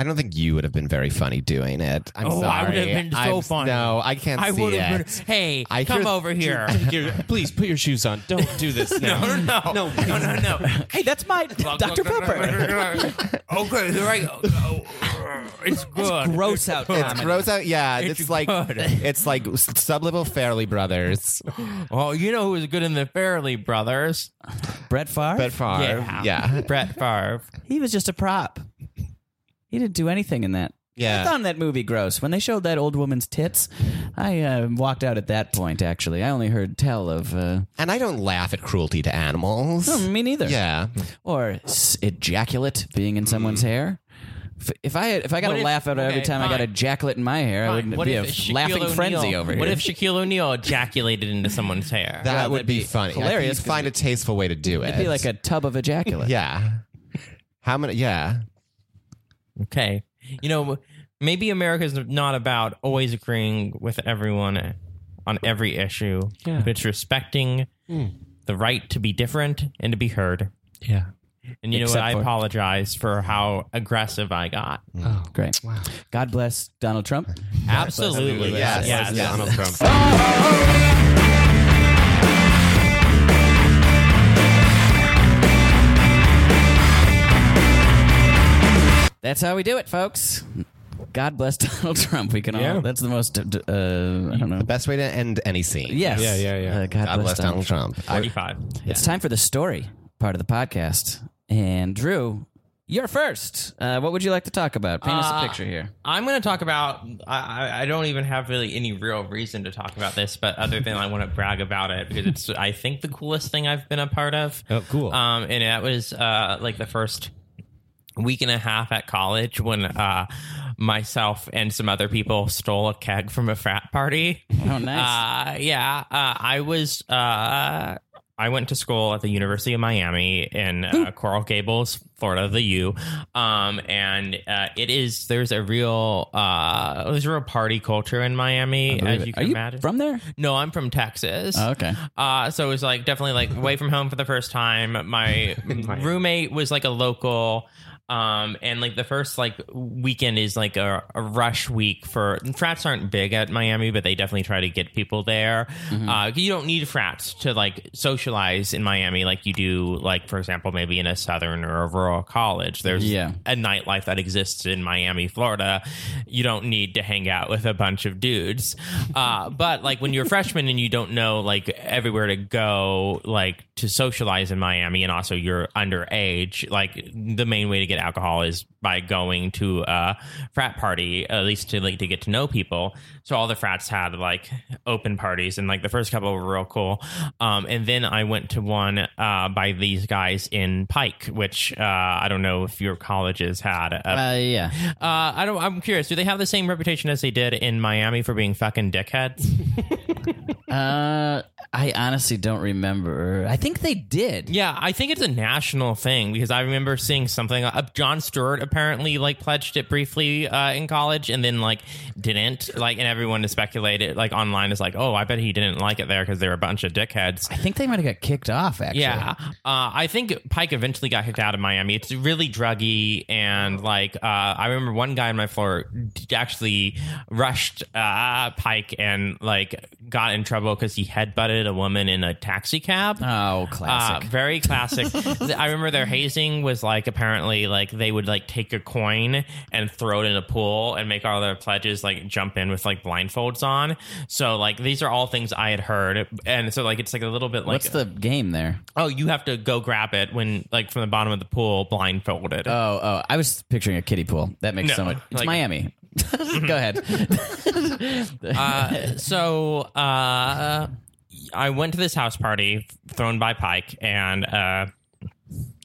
Speaker 5: I don't think you would have been very funny doing it. I'm
Speaker 6: Oh,
Speaker 5: sorry.
Speaker 6: I would have been so
Speaker 5: I'm-
Speaker 6: funny.
Speaker 5: No, I can't
Speaker 6: I
Speaker 5: see
Speaker 6: would have
Speaker 5: it.
Speaker 6: been. Hey,
Speaker 5: I
Speaker 6: come
Speaker 5: hear-
Speaker 6: over here.
Speaker 4: please put your shoes on. Don't do this now.
Speaker 6: No, no, no, no, no, no.
Speaker 3: hey, that's my Dr. Pepper.
Speaker 6: okay, here I go. Oh, It's good.
Speaker 3: Gross out.
Speaker 5: It's
Speaker 3: comedy.
Speaker 5: gross out. Yeah,
Speaker 6: It's
Speaker 5: it's, like
Speaker 6: good.
Speaker 5: it's like sublevel Fairley Brothers.
Speaker 6: Oh, you know who was good in the Fairley Brothers?
Speaker 3: Brett Favre.
Speaker 5: Brett Favre.
Speaker 6: Yeah.
Speaker 5: Yeah. yeah.
Speaker 6: Brett Favre.
Speaker 3: He was just a prop. He didn't do anything in that. I found that movie gross. When they showed that old woman's tits, I uh, walked out at that point. Actually, I only heard tell of. Uh,
Speaker 5: And I don't laugh at cruelty to animals.
Speaker 3: no, me neither.
Speaker 5: Yeah.
Speaker 3: Or s- ejaculate being in someone's hair. If- If I if I
Speaker 6: Mm.
Speaker 3: got
Speaker 6: What
Speaker 3: to
Speaker 6: if-
Speaker 3: laugh out every
Speaker 6: okay,
Speaker 3: time I
Speaker 6: fine.
Speaker 3: got a ejaculate in my hair, I wouldn't
Speaker 6: What
Speaker 3: be a
Speaker 6: if Shaquille
Speaker 3: laughing
Speaker 6: O'Neal-
Speaker 3: frenzy over here.
Speaker 6: What if Shaquille O'Neal ejaculated into someone's hair?
Speaker 5: That
Speaker 3: that'd
Speaker 5: would be,
Speaker 3: be
Speaker 5: funny.
Speaker 3: hilarious
Speaker 5: Hilarious.
Speaker 3: 'cause
Speaker 5: find a tasteful way to do it.
Speaker 3: It'd be like a tub of ejaculate.
Speaker 5: Yeah. How many? Yeah.
Speaker 6: okay. You know, maybe America's not about always agreeing with everyone on every issue,
Speaker 4: Yeah. Hmm.
Speaker 6: but it's respecting the right to be different and to be heard.
Speaker 4: Yeah.
Speaker 6: And you know
Speaker 3: Except
Speaker 6: what?
Speaker 3: for-
Speaker 6: I apologize for how aggressive I got.
Speaker 3: Great. God bless Donald Trump.
Speaker 4: Mm-hmm.
Speaker 6: Absolutely.
Speaker 5: Yes.
Speaker 6: Yes.
Speaker 5: Donald Trump.
Speaker 3: That's how we do it, folks. God bless Donald Trump. We can all.
Speaker 4: Yeah.
Speaker 3: That's the most. Uh, d- uh, I don't know.
Speaker 5: The best way to end any scene.
Speaker 3: Yes.
Speaker 4: Yeah, yeah, yeah.
Speaker 3: Uh, God,
Speaker 5: God bless Donald Trump. I-
Speaker 6: 45.
Speaker 3: It's time for the story part of the podcast. And Drew, you're first. Uh, what would you like to talk about? Paint us a
Speaker 6: Uh,
Speaker 3: picture here.
Speaker 6: I'm going to talk about. I, I- I don't even have really any real reason to talk about this, but other than I want to brag about it because it's, I think, the coolest thing I've been a part of.
Speaker 4: Oh, cool.
Speaker 6: Um, and that was uh, like the first week and a half at college when uh, myself and some other people stole a keg from a frat party.
Speaker 3: Oh, nice.
Speaker 6: Uh, yeah, uh, I was. Uh, I went to school at the University of Miami in uh, Coral Gables, Florida, the U. Um, and uh, it is there's a real uh, there's a real party culture in Miami, as you can
Speaker 3: Are you
Speaker 6: imagine.
Speaker 3: from there?
Speaker 6: no, I'm from Texas.
Speaker 3: Oh, okay.
Speaker 6: Uh, so it was like definitely like away from home for the first time. My roommate was like a local. Um, and like the first like weekend is like a, a rush week for frats aren't big at Miami, but they definitely try to get people there. Uh, you don't need frats to like socialize in Miami like you do like for example maybe in a southern or a rural college. There's
Speaker 3: Yeah.
Speaker 6: a nightlife that exists in Miami, Florida, you don't need to hang out with a bunch of dudes. Uh, but like when you're a freshman and you don't know like everywhere to go, like to socialize in Miami, and also you're underage, like the main way to get alcohol is by going to a frat party, at least to like to get to know people. So all the frats had like open parties, and like the first couple were real cool. Um, and then I went to one uh, by these guys in Pike, which uh, I don't know if your colleges had. A, uh,
Speaker 3: Uh, yeah.
Speaker 6: I don't. I'm curious. Do they have the same reputation as they did in Miami for being fucking dickheads?
Speaker 3: Uh, I, I honestly don't remember. I think they did.
Speaker 6: Yeah, I think it's a national thing because I remember seeing something. Uh, John Stewart apparently like pledged it briefly uh, in college, and then like didn't like, and everyone has speculated like online is like, oh, I bet he didn't like it there because there were a bunch of dickheads.
Speaker 3: I think they might have got kicked off. Actually,
Speaker 6: Yeah, uh, I think Pike eventually got kicked out of Miami. It's really druggy, and like uh, I remember one guy on my floor d- actually rushed uh, Pike and like got in trouble because he headbutted a woman in a taxi cab.
Speaker 3: Oh, classic.
Speaker 6: Uh, very classic. I remember their hazing was like apparently like they would like take a coin and throw it in a pool and make all their pledges like jump in with like blindfolds on. So like these are all things I had heard, and so like it's like a little bit like
Speaker 3: What's the game there?
Speaker 6: oh you have to go grab it when like from the bottom of the pool blindfolded.
Speaker 3: Oh, oh, I was picturing a kiddie pool. That makes
Speaker 6: No,
Speaker 3: so much. It's
Speaker 6: like-
Speaker 3: Miami. Go ahead.
Speaker 6: Uh, so uh, I went to this house party thrown by Pike, and uh,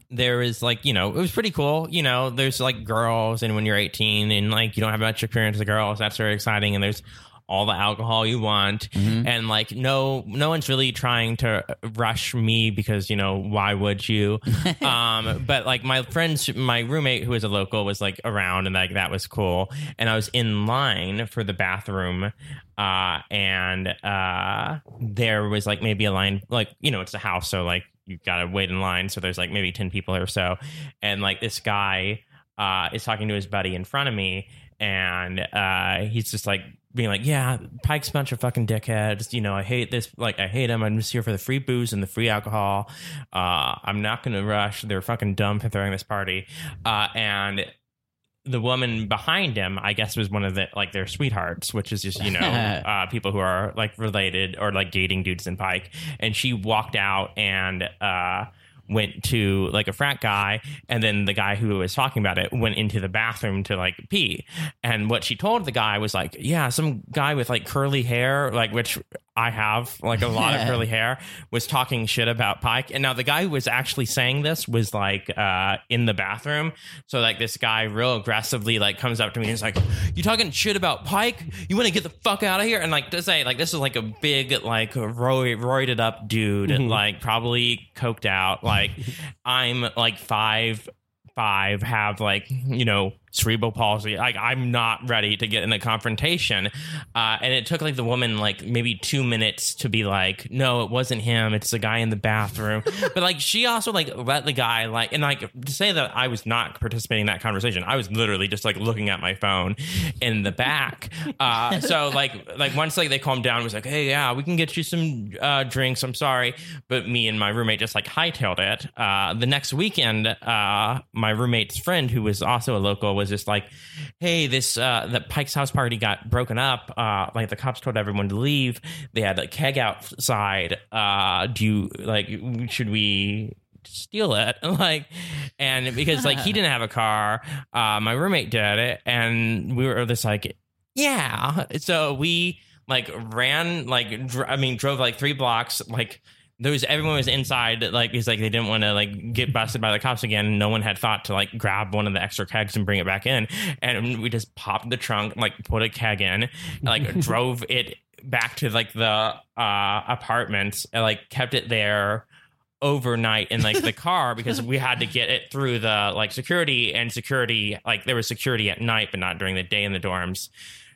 Speaker 6: there is like you know it was pretty cool. You know, there's like girls, and when you're 18 and like you don't have much experience with girls, that's very exciting. And there's all the alcohol you want, and like no no one's really trying to rush me because you know why would you? um, but like my friends, my roommate who was a local was like around, and like that was cool. And I was in line for the bathroom uh and uh there was like maybe a line like you know it's a house so like you gotta wait in line so there's like maybe 10 people or so and like this guy uh is talking to his buddy in front of me and uh he's just like being like yeah pike's a bunch of fucking dickheads you know i hate this like i hate them i'm just here for the free booze and the free alcohol uh i'm not gonna rush they're fucking dumb for throwing this party uh and the woman behind him, I guess, was one of the like their sweethearts, which is just you know uh, people who are like related or like dating dudes in Pike. And she walked out and uh, went to like a frat guy, and then the guy who was talking about it went into the bathroom to like pee. And what she told the guy was like, "Yeah, some guy with like curly hair, like which I have like a lot of curly hair, was talking shit about Pike. And now the guy who was actually saying this was like uh, in the bathroom. So like this guy real aggressively like comes up to me and he's like, "You talking shit about Pike? You want to get the fuck out of here?" And like to say like this is like a big like roid, roided up dude, like probably coked out. Like I'm like five five have like you know cerebral palsy like i'm not ready to get in a confrontation uh, and it took like the woman like maybe two minutes to be like no it wasn't him it's the guy in the bathroom but like she also like let the guy like and like to say that i was not participating in that conversation i was literally just like looking at my phone in the back uh, so like like once like they calmed down it was like hey yeah we can get you some uh, drinks i'm sorry but me and my roommate just like hightailed it uh, the next weekend uh, my roommate's friend who was also a local was just like hey this uh, the pike's house party got broken up uh, like the cops told everyone to leave they had a keg outside uh, do you like should we steal it like and because like he didn't have a car uh my roommate did it and we were just like yeah so we like ran like dr- i mean drove like three blocks like there was everyone was inside like because like they didn't want to like get busted by the cops again no one had thought to like grab one of the extra kegs and bring it back in and we just popped the trunk like put a keg in like drove it back to like the uh apartments and like kept it there overnight in like the car because we had to get it through the like security and security like there was security at night but not during the day in the dorms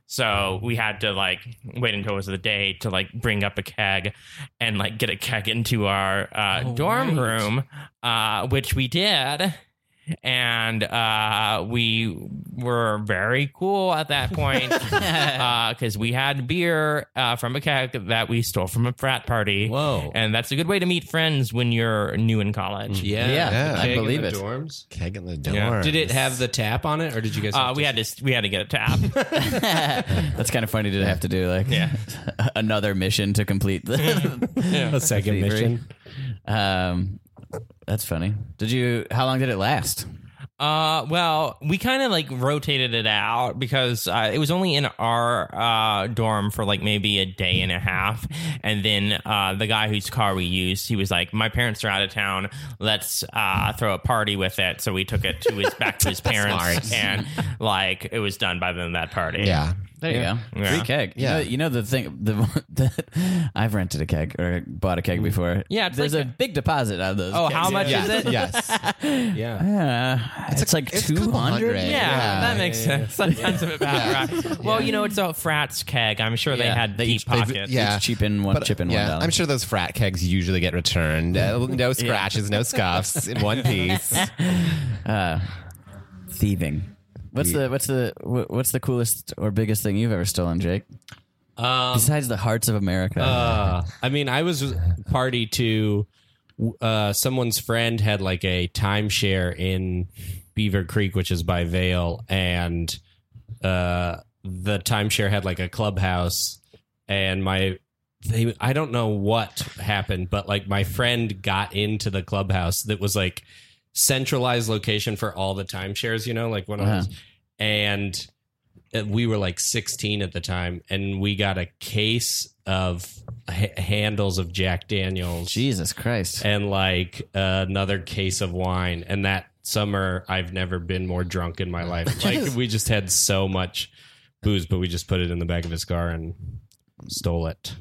Speaker 6: so we had to like wait until it was the day to like bring up a keg and like get a keg into our uh, dorm room uh, which we did and uh, we were very cool at that point because we had beer uh, from a keg that we stole from a frat party.
Speaker 4: Whoa.
Speaker 6: And that's a good way to meet friends when you're new in college.
Speaker 5: Mm-hmm.
Speaker 4: Yeah,
Speaker 3: Yeah,
Speaker 4: the
Speaker 3: I
Speaker 4: keg in
Speaker 3: believe
Speaker 4: the
Speaker 3: it.
Speaker 4: Dorms.
Speaker 5: Keg in the door.
Speaker 4: Did it have the tap on it, or did you guys?
Speaker 6: Uh,
Speaker 4: have
Speaker 6: we
Speaker 4: to-
Speaker 6: had to we had to get a tap.
Speaker 3: That's kind of funny to have to do like
Speaker 6: Yeah.
Speaker 3: another mission to complete. The,
Speaker 5: a second
Speaker 3: Thievery.
Speaker 5: mission.
Speaker 3: um, that's funny. Did you? How long did it last?
Speaker 6: Uh, well, we kind of like rotated it out because uh, it was only in our uh, dorm for like maybe a day and a half, and then uh, the guy whose car we used, he was like, "My parents are out of town. Let's uh, throw a party with it." So we took it to his back to his parents, and like it was done by then that party.
Speaker 5: Yeah.
Speaker 3: There you go.
Speaker 6: Yeah.
Speaker 3: Free keg. You
Speaker 5: Yeah.
Speaker 3: know- You, know, the thing the, the I've rented a keg or bought a keg before.
Speaker 6: Yeah, it's
Speaker 3: There's
Speaker 6: like
Speaker 3: a big deposit on those.
Speaker 6: Oh, how
Speaker 3: kegs.
Speaker 6: much is
Speaker 5: Yes,
Speaker 6: it?
Speaker 5: yes.
Speaker 4: Yeah.
Speaker 3: Yeah. It's, like
Speaker 5: it's
Speaker 3: two
Speaker 5: a couple
Speaker 3: hundred.
Speaker 5: hundred.
Speaker 6: Yeah,
Speaker 5: Yeah,
Speaker 6: that makes sense. Sometimes I'm about right. Well, you know, it's a frats keg. I'm sure they
Speaker 3: Yeah,
Speaker 6: had
Speaker 3: they
Speaker 6: deep
Speaker 3: each- they've-
Speaker 6: pockets.
Speaker 5: yeah.
Speaker 3: Each chip in one chip in one dollar.
Speaker 5: I'm sure those frat kegs usually get returned. Uh, no scratches, no scuffs, in one piece.
Speaker 3: thieving. What's the what's the wh- what's the coolest or biggest thing you've ever stolen, Jake?
Speaker 4: Um,
Speaker 3: Besides the hearts of America.
Speaker 4: uh, I mean, I was party to uh, someone's friend had like a timeshare in Beaver Creek, which is by Vale, and uh, the timeshare had like a clubhouse, and my. They, I don't know what happened, but like my friend got into the clubhouse that was like centralized location for all the timeshares, you know, like one of
Speaker 3: Uh-huh.
Speaker 4: those. And uh, we were like 16 at the time and we got a case of h- handles of jack daniels
Speaker 3: Jesus Christ.
Speaker 6: eh,
Speaker 4: and like uh, another case of wine and that summer i've never been more drunk in my life like we just had so much booze but we just put it in the back of his car and stole it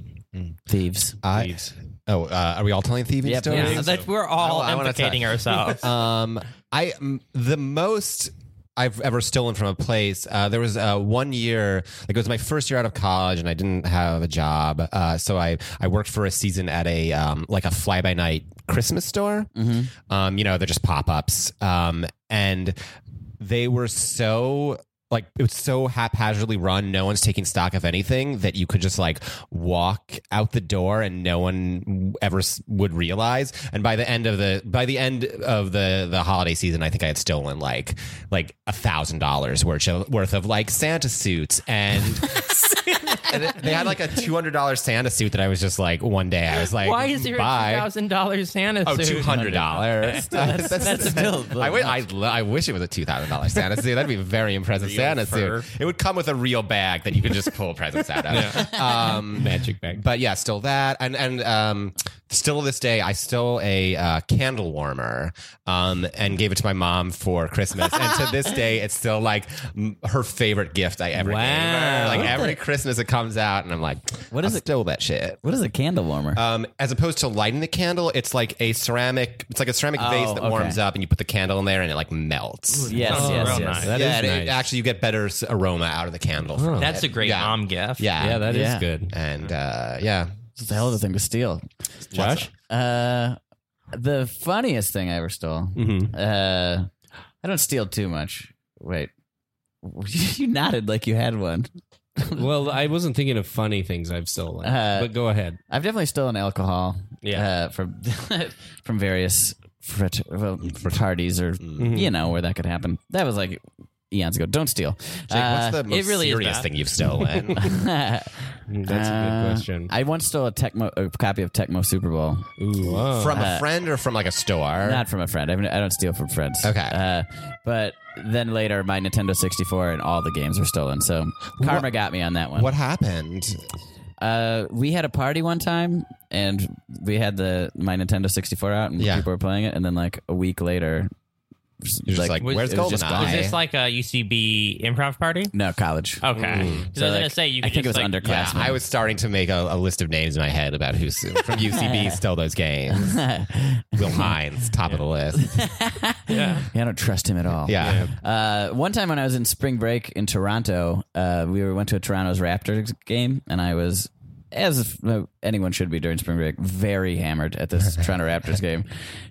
Speaker 3: Thieves.
Speaker 5: I,
Speaker 4: Thieves.
Speaker 5: oh, uh, are we all telling thieving
Speaker 3: Yep.
Speaker 5: stories?
Speaker 6: Yeah, that we're all
Speaker 5: I- I wanna
Speaker 6: implicating ourselves.
Speaker 5: Um, I m- the most I've ever stolen from a place. Uh, there was uh, one year, like it was my first year out of college, and I didn't have a job, uh, so I I worked for a season at a um, like a fly by night Christmas store. Um, you know, they're just pop ups, um, and they were so. Like it was so haphazardly run, no one's taking stock of anything that you could just like walk out the door and no one ever s- would realize. And by the end of the by the end of the the holiday season, I think I had stolen like like a thousand dollars worth of, worth of like Santa suits, and, and it- they had like a two hundred dollar Santa suit that I was just like one day I was like,
Speaker 6: Why is there
Speaker 5: Bye.
Speaker 6: a two thousand dollars Santa
Speaker 5: Oh,
Speaker 6: suit?
Speaker 5: two hundred dollars. That's,
Speaker 3: that's still-
Speaker 5: I, would, I, lo- I wish it was a two thousand dollars Santa suit. That'd be a very impressive
Speaker 4: Real
Speaker 5: Santa
Speaker 4: fur.
Speaker 5: suit. It would come with a real bag that you could just pull presents out of. Um,
Speaker 4: magic bag
Speaker 5: but yeah, still that, and and um, still this day, I stole a uh, candle warmer, um, and gave it to my mom for Christmas, and to this day, it's still like m- her favorite gift I ever gave her.
Speaker 4: Wow.
Speaker 5: Like every Christmas, it comes out, and I'm like,
Speaker 3: What
Speaker 5: what
Speaker 3: is
Speaker 5: is I
Speaker 3: it-
Speaker 5: Stole that shit.
Speaker 3: What is a candle warmer?
Speaker 6: uh,
Speaker 5: Um, as opposed to lighting the candle, it's like a ceramic. It's like a ceramic
Speaker 3: Oh,
Speaker 5: vase that
Speaker 3: okay.
Speaker 5: warms up, and you put the candle in there, and it like melts.
Speaker 3: yes,
Speaker 6: Oh,
Speaker 3: yes,
Speaker 6: real
Speaker 3: yes.
Speaker 6: nice.
Speaker 3: That
Speaker 5: yeah,
Speaker 3: is-
Speaker 5: and it-
Speaker 4: nice.
Speaker 5: actually, you get better s- aroma out of the candle. from
Speaker 6: That's
Speaker 5: it.
Speaker 6: a great
Speaker 5: Yeah.
Speaker 6: mom gift.
Speaker 5: Oh, Yeah,
Speaker 4: yeah that is
Speaker 3: Yeah.
Speaker 4: good
Speaker 5: and uh, yeah,
Speaker 3: It's a hell of a thing to steal.
Speaker 4: josh
Speaker 3: Uh, the funniest thing I ever stole.
Speaker 4: Mhm.
Speaker 3: Uh, I don't steal too much. Wait, you nodded like you had one.
Speaker 4: well i wasn't thinking of funny things i've stolen
Speaker 3: Uh,
Speaker 4: but go ahead
Speaker 3: I've definitely stolen alcohol.
Speaker 4: Yeah.
Speaker 3: Uh, from from various frat- well, fraternities or
Speaker 5: mm-hmm.
Speaker 3: you know where that could happen. That was like eons ago. Don't steal.
Speaker 5: Jake, what's
Speaker 3: Uh,
Speaker 5: the most
Speaker 6: it really is
Speaker 5: serious
Speaker 6: bad.
Speaker 5: thing you've stolen?
Speaker 4: that's a
Speaker 3: uh,
Speaker 4: good question
Speaker 3: I once stole a Tecmo a copy of Tecmo Super Bowl.
Speaker 4: Ooh, whoa.
Speaker 5: from a friend or from like a store?
Speaker 3: Not from a friend. I, mean, I don't steal from friends.
Speaker 5: Er. Okay.
Speaker 3: Uh, but then later, my Nintendo 64 and all the games were stolen. So karma
Speaker 5: What-
Speaker 3: got me on that one.
Speaker 5: what happened?
Speaker 3: Uh, we had a party one time, and we had the my Nintendo 64 out, and
Speaker 5: Yeah.
Speaker 3: people were playing it. And then like a week later,
Speaker 5: You're just like,
Speaker 6: Was-
Speaker 5: where's
Speaker 3: it was just
Speaker 5: GoldenEye?
Speaker 3: gone.
Speaker 6: Was this like a UCB improv party?
Speaker 3: no college.
Speaker 6: Okay. 'Cause
Speaker 3: So,
Speaker 6: Oh, I was gonna
Speaker 3: like,
Speaker 6: say you.
Speaker 3: I
Speaker 6: could
Speaker 3: think it was
Speaker 6: just, like,
Speaker 5: yeah,
Speaker 3: underclassmen.
Speaker 5: I was starting to make a, a list of names in my head about who from UCB stole those games. Will Hines, top of the list.
Speaker 6: Yeah.
Speaker 3: Yeah, I don't trust him at all.
Speaker 5: Yeah.
Speaker 3: Uh, one time when I was in spring break in Toronto, uh, we were, went to a Toronto's Raptors game, and I was, as uh, anyone should be during spring break, very hammered at this Toronto Raptors game.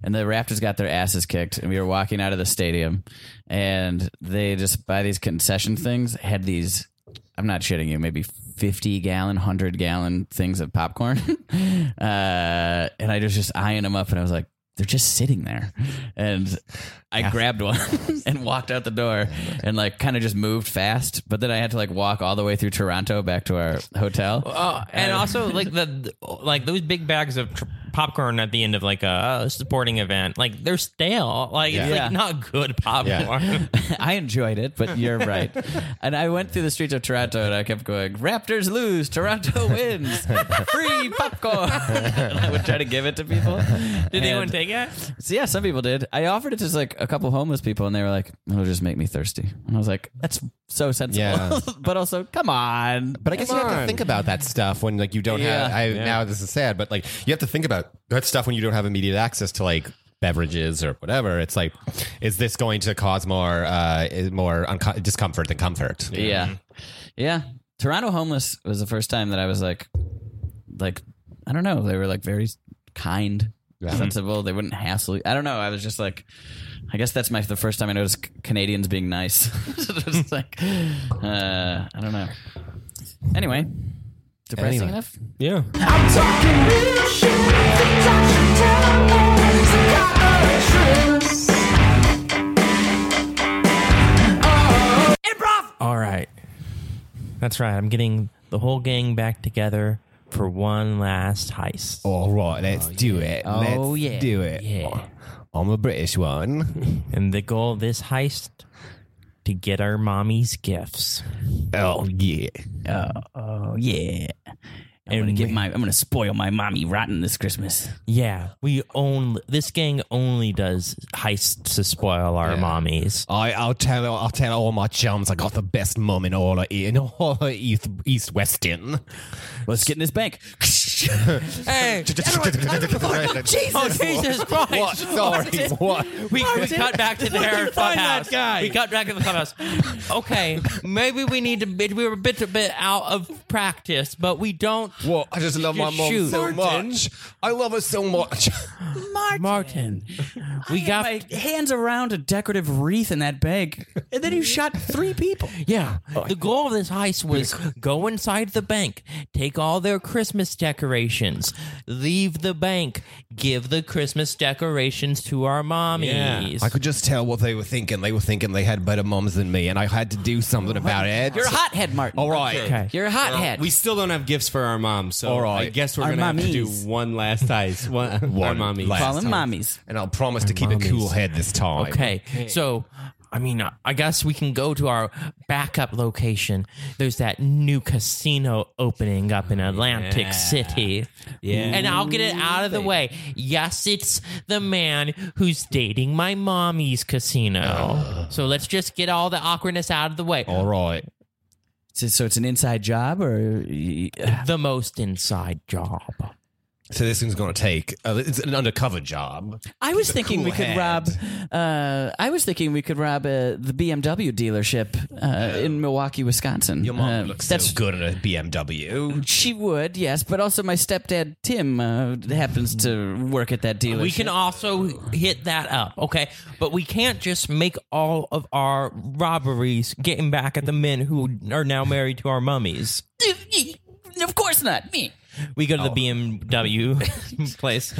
Speaker 3: And the Raptors got their asses kicked, and we were walking out of the stadium, and they just, by these concession things, had these. I'm not shitting you. Maybe 50 gallon, 100 gallon things of popcorn. uh, and I was just eyeing them up and I was like, they're just sitting there. And I grabbed one and walked out the door and like kind of just moved fast. But then I had to like walk all the way through
Speaker 6: uh,
Speaker 3: Toronto back to our hotel.
Speaker 6: Oh, and also like the like those big bags of tr- popcorn at the end of like a supporting event. Like they're stale. Like it's
Speaker 3: Yeah.
Speaker 6: like not good popcorn.
Speaker 3: I enjoyed it, but you're right. and I went through the streets of Toronto and I kept going, Raptors lose, Toronto wins, free popcorn. and I would try to give it to people.
Speaker 6: Did
Speaker 3: And-
Speaker 6: anyone take it?
Speaker 3: So yeah, some people did. I offered it to like a couple homeless people, and they were like, "It'll just make me thirsty." And I was like, "That's so sensible,"
Speaker 5: Yeah.
Speaker 3: but also, come on.
Speaker 5: But I guess
Speaker 3: Come
Speaker 5: you have to
Speaker 3: on.
Speaker 5: think about that stuff when like you don't have.
Speaker 3: Yeah.
Speaker 5: I, Now this is sad, but like you have to think about that stuff when you don't have immediate access to like beverages or whatever. It's like, is this going to cause more uh, is- more unco- discomfort than comfort?
Speaker 3: Yeah, yeah. Toronto homeless was the first time that I was like, like I don't know. They were like very kind, sensible. They wouldn't hassle. you. I don't know. I was just like, I guess that's my the first time I noticed C- Canadians being nice. It's like, uh, I don't know. Anyway, depressing
Speaker 5: Anyway.
Speaker 3: enough.
Speaker 4: Yeah.
Speaker 7: I'm talking real shit. Think I should tell them it's a cottage truth.
Speaker 2: Improv!
Speaker 6: All right. That's right. I'm getting the whole gang back together for one last heist.
Speaker 5: All right, let's do it.
Speaker 3: Oh,
Speaker 5: let's
Speaker 3: yeah.
Speaker 5: do it.
Speaker 6: Yeah.
Speaker 5: I'm a British one.
Speaker 6: And the goal of this heist to get our mommy's gifts.
Speaker 5: Oh yeah.
Speaker 3: Oh yeah. I'm
Speaker 6: And
Speaker 3: gonna get
Speaker 6: we-
Speaker 3: my. I'm gonna spoil my mommy rotten this Christmas.
Speaker 6: Yeah, we only this gang only does heists to spoil our
Speaker 5: Yeah.
Speaker 6: mommies.
Speaker 5: I, I'll tell I'll tell all my chums I got the best mum in all of, in all of East East Weston.
Speaker 3: Let's get in this bank.
Speaker 6: Hey, oh Jesus Christ!
Speaker 5: What? Sorry, what?
Speaker 6: We, we cut back to the Harry clubhouse. We cut back to the clubhouse. Okay, maybe we need to. Be, we were a bit a bit out of practice, but we don't.
Speaker 5: What? I just love my
Speaker 6: Just
Speaker 5: mom
Speaker 6: shoot.
Speaker 5: so
Speaker 6: Martin.
Speaker 5: much. I love her so much.
Speaker 6: Martin, we got
Speaker 3: my hands around a decorative wreath in that bank, and then you shot three people.
Speaker 6: Yeah. the goal of this heist was go inside the bank, take all their Christmas decorations, leave the bank, give the Christmas decorations to our mommies.
Speaker 5: I could just tell what they were thinking. They were thinking they had better moms than me, and I had to do something about it.
Speaker 3: You're a hothead, Martin.
Speaker 5: All right.
Speaker 6: Okay.
Speaker 3: You're a hothead.
Speaker 4: We still don't have gifts for our mom, so
Speaker 5: All
Speaker 4: I
Speaker 5: right.
Speaker 4: guess
Speaker 3: Our
Speaker 4: we're going to have to do
Speaker 3: mommies.
Speaker 4: one last heist. One,
Speaker 5: One
Speaker 4: our mommy.
Speaker 5: last.
Speaker 3: call them mommies.
Speaker 5: And I'll promise to keep a cool head this time.
Speaker 6: Okay. So, I mean, I- I guess we can go to our backup location. There's that new casino opening up in Atlantic
Speaker 4: Yeah.
Speaker 6: City.
Speaker 4: Yeah.
Speaker 6: And I'll get it out of the way. Yes, it's the man who's dating my mommy's casino. So let's just get all the awkwardness out of the way.
Speaker 5: All right.
Speaker 3: So, so it's an inside job, or
Speaker 6: the most inside job.
Speaker 5: So this thing's going to take. Uh, it's an undercover job.
Speaker 3: I was thinking
Speaker 5: cool
Speaker 3: we could
Speaker 5: head.
Speaker 3: rob. Uh, I was thinking we could rob uh, the BMW dealership uh, in Milwaukee, Wisconsin.
Speaker 5: Your mom
Speaker 3: Uh,
Speaker 5: looks
Speaker 3: that's
Speaker 5: so good at a BMW.
Speaker 3: She would, yes, but also my stepdad Tim uh, happens to work at that dealership.
Speaker 6: We can also hit that up, okay? But we can't just make all of our robberies getting back at the men who are now married to our mummies.
Speaker 3: of course not me.
Speaker 6: We go to the BMW place.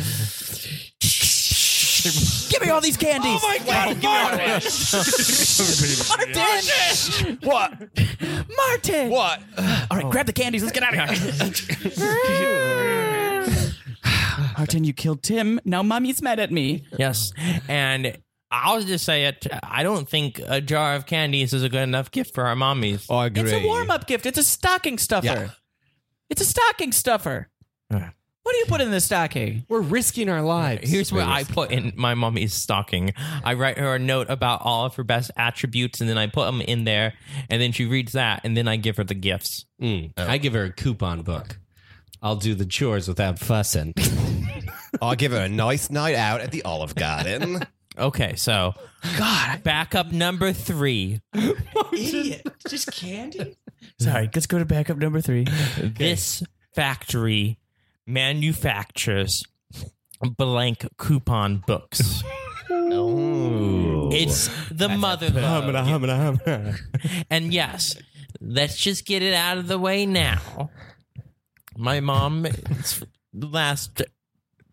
Speaker 3: Give me all these candies. Oh my god, Martin! What? Martin!
Speaker 5: What?
Speaker 3: All right, grab the candies. Let's get out of here. Martin, you killed Tim. Now mommy's mad at me.
Speaker 6: Yes. And I'll just say it. I don't think a jar of candies is a good enough gift for our mummies.
Speaker 5: I agree.
Speaker 3: It's a warm-up gift. It's a stocking stuffer.
Speaker 5: Yeah.
Speaker 3: It's a stocking stuffer. What do you put in the stocking?
Speaker 4: We're risking our lives.
Speaker 6: Here's what I put in my mommy's stocking. I write her a note about all of her best attributes, and then I put them in there, and then she reads that, and then I give her the gifts.
Speaker 4: Mm. I give her a coupon book. I'll do the chores without fussing.
Speaker 5: I'll give her a nice night out at the Olive Garden.
Speaker 6: Okay, so God, backup number three.
Speaker 3: Sorry, let's go to backup number three.
Speaker 6: This factory manufactures blank coupon books. It's the mother load. And yes, let's just get it out of the way now. My mom's last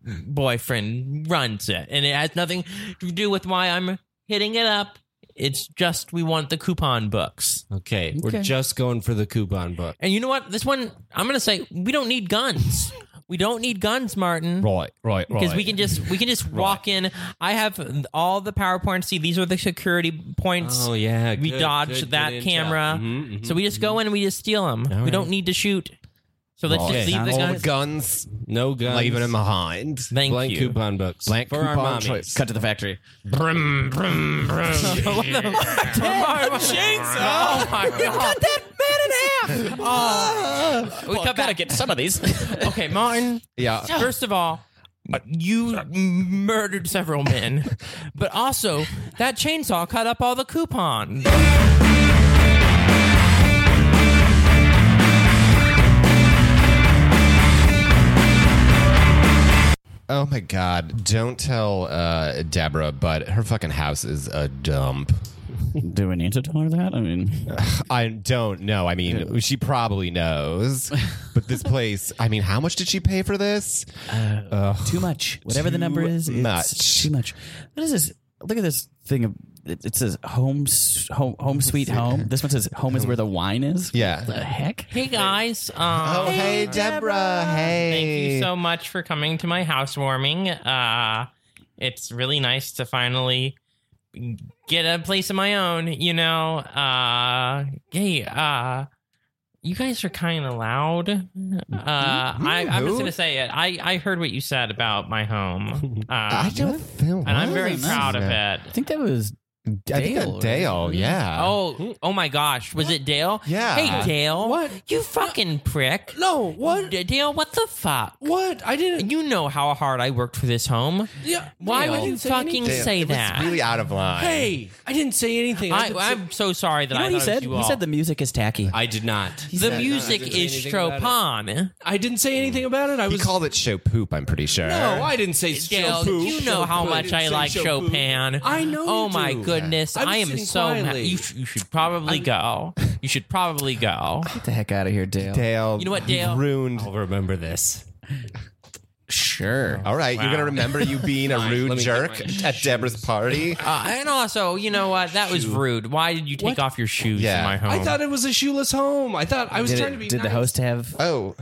Speaker 6: boyfriend runs it, and it has nothing to do with why I'm hitting it up. It's just we want the coupon books.
Speaker 4: Okay, we're
Speaker 3: Okay.
Speaker 4: just going for the coupon book.
Speaker 6: And you know what? This one, I'm going to say we don't need guns. We don't need guns, Martin.
Speaker 5: Right, right, right.
Speaker 6: because we can just we can just walk in. I have all the PowerPoint. See, these are the security points.
Speaker 8: Oh, yeah.
Speaker 6: we
Speaker 8: Good,
Speaker 6: dodge
Speaker 8: good,
Speaker 6: that
Speaker 8: good intel.
Speaker 6: camera.
Speaker 9: Mm-hmm,
Speaker 8: Mhm, mhm,
Speaker 6: so we just go in and we just steal them. we
Speaker 8: right.
Speaker 6: don't need to shoot. So let's
Speaker 5: Okay.
Speaker 6: just leave the
Speaker 5: All
Speaker 6: guns.
Speaker 5: guns,
Speaker 8: No guns.
Speaker 5: leaving them behind.
Speaker 6: Thank
Speaker 8: Blank
Speaker 6: you.
Speaker 8: coupon books.
Speaker 5: Blank
Speaker 8: for our
Speaker 5: coupon
Speaker 8: mommies.
Speaker 5: choice.
Speaker 3: Cut to the factory.
Speaker 5: Brum, brum, brum.
Speaker 6: What the- Oh my god!
Speaker 3: that man in half.
Speaker 6: We cut
Speaker 3: Gotta
Speaker 6: back.
Speaker 3: get some of these.
Speaker 6: Okay, Martin.
Speaker 5: yeah.
Speaker 6: First of all, you m- murdered several men, but also that chainsaw cut up all the coupons.
Speaker 5: Oh my God! Don't tell uh, Deborah, but her fucking house is a dump.
Speaker 3: Do we need to tell her that? I mean,
Speaker 5: I don't know. I mean, she probably knows, but this place. I mean, how much did she pay for this?
Speaker 3: too much. Whatever the
Speaker 5: Too
Speaker 3: number is, it's
Speaker 5: much.
Speaker 3: too much. What is this? Look at this thing. Of, it, it says home, s- home, home sweet home. This one says home is where the wine is.
Speaker 5: Yeah.
Speaker 3: What the heck?
Speaker 6: Hey guys. Um,
Speaker 5: Oh, hey, Deborah. Hey.
Speaker 6: Thank you so much for coming to my housewarming. Uh, it's really nice to finally get a place of my own, you know. Uh, hey, uh, you guys are kind of loud. Uh, I, I'm just
Speaker 5: who?
Speaker 6: going to say it. I, I heard what you said about my home. Uh,
Speaker 5: I don't feel.
Speaker 6: and I'm very proud of it.
Speaker 3: I think that was
Speaker 5: I think that
Speaker 3: Dale,
Speaker 5: Dale. Yeah.
Speaker 6: Oh, oh my gosh. Was it Dale?
Speaker 5: Yeah.
Speaker 6: Hey, Dale.
Speaker 4: What?
Speaker 6: You fucking prick.
Speaker 4: No, what?
Speaker 6: D- Dale, what the fuck?
Speaker 4: What? I didn't.
Speaker 6: You know how hard I worked for this home.
Speaker 4: Yeah.
Speaker 6: Why
Speaker 4: Dale. I
Speaker 6: would you
Speaker 4: didn't say
Speaker 6: fucking
Speaker 4: anything.
Speaker 6: say
Speaker 5: it
Speaker 6: that?
Speaker 5: was really out of line.
Speaker 4: Hey, I didn't say anything.
Speaker 6: I,
Speaker 4: didn't say-
Speaker 6: I'm so sorry that
Speaker 3: You know
Speaker 6: I
Speaker 3: what he
Speaker 6: thought it was
Speaker 3: said?
Speaker 6: you
Speaker 3: He
Speaker 6: all.
Speaker 3: said the music is tacky.
Speaker 8: I did not.
Speaker 6: the music
Speaker 4: didn't say
Speaker 6: is
Speaker 4: anything about it.
Speaker 6: Chopin.
Speaker 4: I didn't say anything about it. I
Speaker 5: He
Speaker 4: was.
Speaker 5: called it show poop. I'm pretty sure.
Speaker 4: no, I didn't say
Speaker 6: Dale,
Speaker 4: Chopin.
Speaker 6: you know how much I
Speaker 4: didn't say
Speaker 6: like Chopin.
Speaker 4: I know.
Speaker 6: Oh
Speaker 4: you
Speaker 6: my
Speaker 4: do.
Speaker 6: goodness,
Speaker 4: I'm
Speaker 6: I am
Speaker 4: sitting
Speaker 6: so happy.
Speaker 4: quietly.
Speaker 6: You, sh- you should probably go. You should probably go.
Speaker 3: Get the heck out of here, Dale.
Speaker 5: Dale.
Speaker 6: You know what, Dale?
Speaker 5: Ruined.
Speaker 8: I'll remember this.
Speaker 3: Sure.
Speaker 5: All right, you're gonna remember you being a rude jerk at Deborah's party.
Speaker 6: Uh, and also, you know what? That was rude. Why did you take
Speaker 4: What?
Speaker 6: off your shoes
Speaker 5: Yeah.
Speaker 6: in my home?
Speaker 4: I thought it was a shoeless home. I thought I was
Speaker 3: Did,
Speaker 4: trying
Speaker 3: it-
Speaker 4: to be.
Speaker 3: did the
Speaker 4: nice.
Speaker 3: host have
Speaker 5: Oh,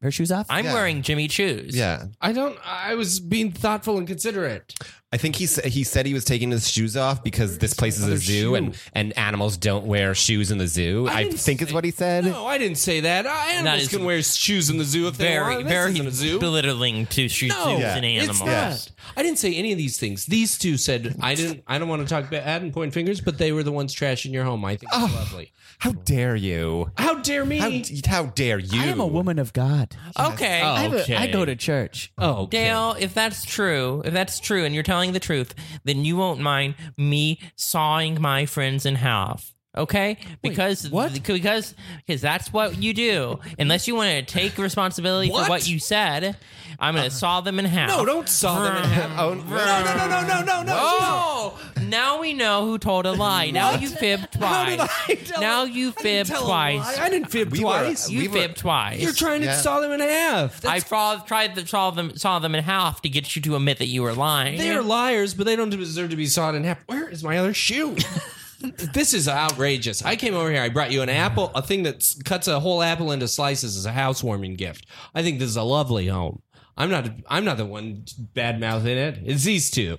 Speaker 3: her shoes off?
Speaker 6: I'm
Speaker 5: yeah.
Speaker 6: wearing Jimmy Choo's.
Speaker 5: yeah.
Speaker 4: I don't. I was being thoughtful and considerate.
Speaker 5: I think he sa- he said he was taking his shoes off because this place is a
Speaker 4: Another
Speaker 5: zoo and,
Speaker 4: shoe.
Speaker 5: and animals don't wear shoes in the zoo.
Speaker 4: I
Speaker 5: I,
Speaker 4: didn't
Speaker 5: think is what he said.
Speaker 4: No, I didn't say that. Uh, animals
Speaker 6: is
Speaker 4: can wear shoes in the zoo if they
Speaker 6: Very,
Speaker 4: want. This
Speaker 6: very
Speaker 4: isn't a zoo.
Speaker 6: belittling to shoot
Speaker 4: No,
Speaker 6: zoos
Speaker 4: Yeah.
Speaker 6: and
Speaker 4: It's
Speaker 6: animals.
Speaker 4: not. I didn't say any of these things. These two said I didn't. I don't want to talk bad and point fingers, but they were the ones trashing your home. I think it's lovely.
Speaker 5: How dare you?
Speaker 4: How dare me?
Speaker 5: How, d- how dare you?
Speaker 3: I am a woman of God.
Speaker 6: Oh, Okay.
Speaker 3: I, have a, I go to church.
Speaker 4: oh, okay.
Speaker 6: Dale, if that's true, if that's true and you're telling the truth, then you won't mind me sawing my friends in half. Okay? Because
Speaker 3: what?
Speaker 6: because because that's what you do. Unless you want to take responsibility for what
Speaker 4: What? Uh-huh.
Speaker 6: you said, I'm going to saw them in half.
Speaker 4: No, don't saw them in half.
Speaker 5: Oh,
Speaker 4: No, no, no, no, no, no, no.
Speaker 6: Oh, now we know who told a lie. Now you fibbed twice.
Speaker 4: How did I tell
Speaker 6: now
Speaker 4: a-
Speaker 6: you
Speaker 4: I didn't
Speaker 6: fibbed
Speaker 4: tell a lie.
Speaker 6: twice.
Speaker 4: I didn't fib
Speaker 5: We were-
Speaker 4: twice.
Speaker 6: You
Speaker 5: We were-
Speaker 6: fibbed twice.
Speaker 4: You're trying to
Speaker 5: Yeah.
Speaker 4: saw them in half.
Speaker 6: I
Speaker 4: That's,
Speaker 6: fro- tried to saw them saw them in half to get you to admit that you were lying.
Speaker 4: they are liars, but they don't deserve to be sawed in half. Where is my other shoe? this is outrageous. I came over here. I brought you an apple, a thing that s- cuts a whole apple into slices as a housewarming gift. I think this is a lovely home. I'm not. I'm not the one bad mouthing it. It's these two.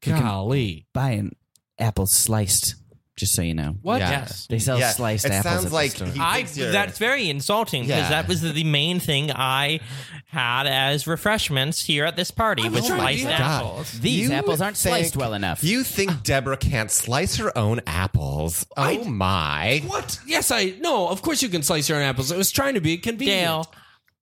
Speaker 4: Golly,
Speaker 3: Buy an apple sliced, just so you know.
Speaker 4: what?
Speaker 6: Yes.
Speaker 3: They sell
Speaker 5: Yeah,
Speaker 3: sliced
Speaker 5: it
Speaker 3: apples.
Speaker 5: sounds
Speaker 3: at the
Speaker 5: like
Speaker 3: store.
Speaker 5: he
Speaker 6: I
Speaker 5: thinks you're-
Speaker 6: that's very insulting because
Speaker 5: Yeah.
Speaker 6: that was the main thing I had as refreshments here at this party was
Speaker 4: trying to
Speaker 6: sliced
Speaker 4: be
Speaker 5: God.
Speaker 6: apples.
Speaker 3: These
Speaker 5: You
Speaker 3: apples aren't
Speaker 5: think-
Speaker 3: sliced well enough.
Speaker 5: You think Deborah can't slice her own apples? Oh my!
Speaker 4: What? Yes, I. No, of course you can slice your own apples. I was trying to be convenient.
Speaker 6: Dale,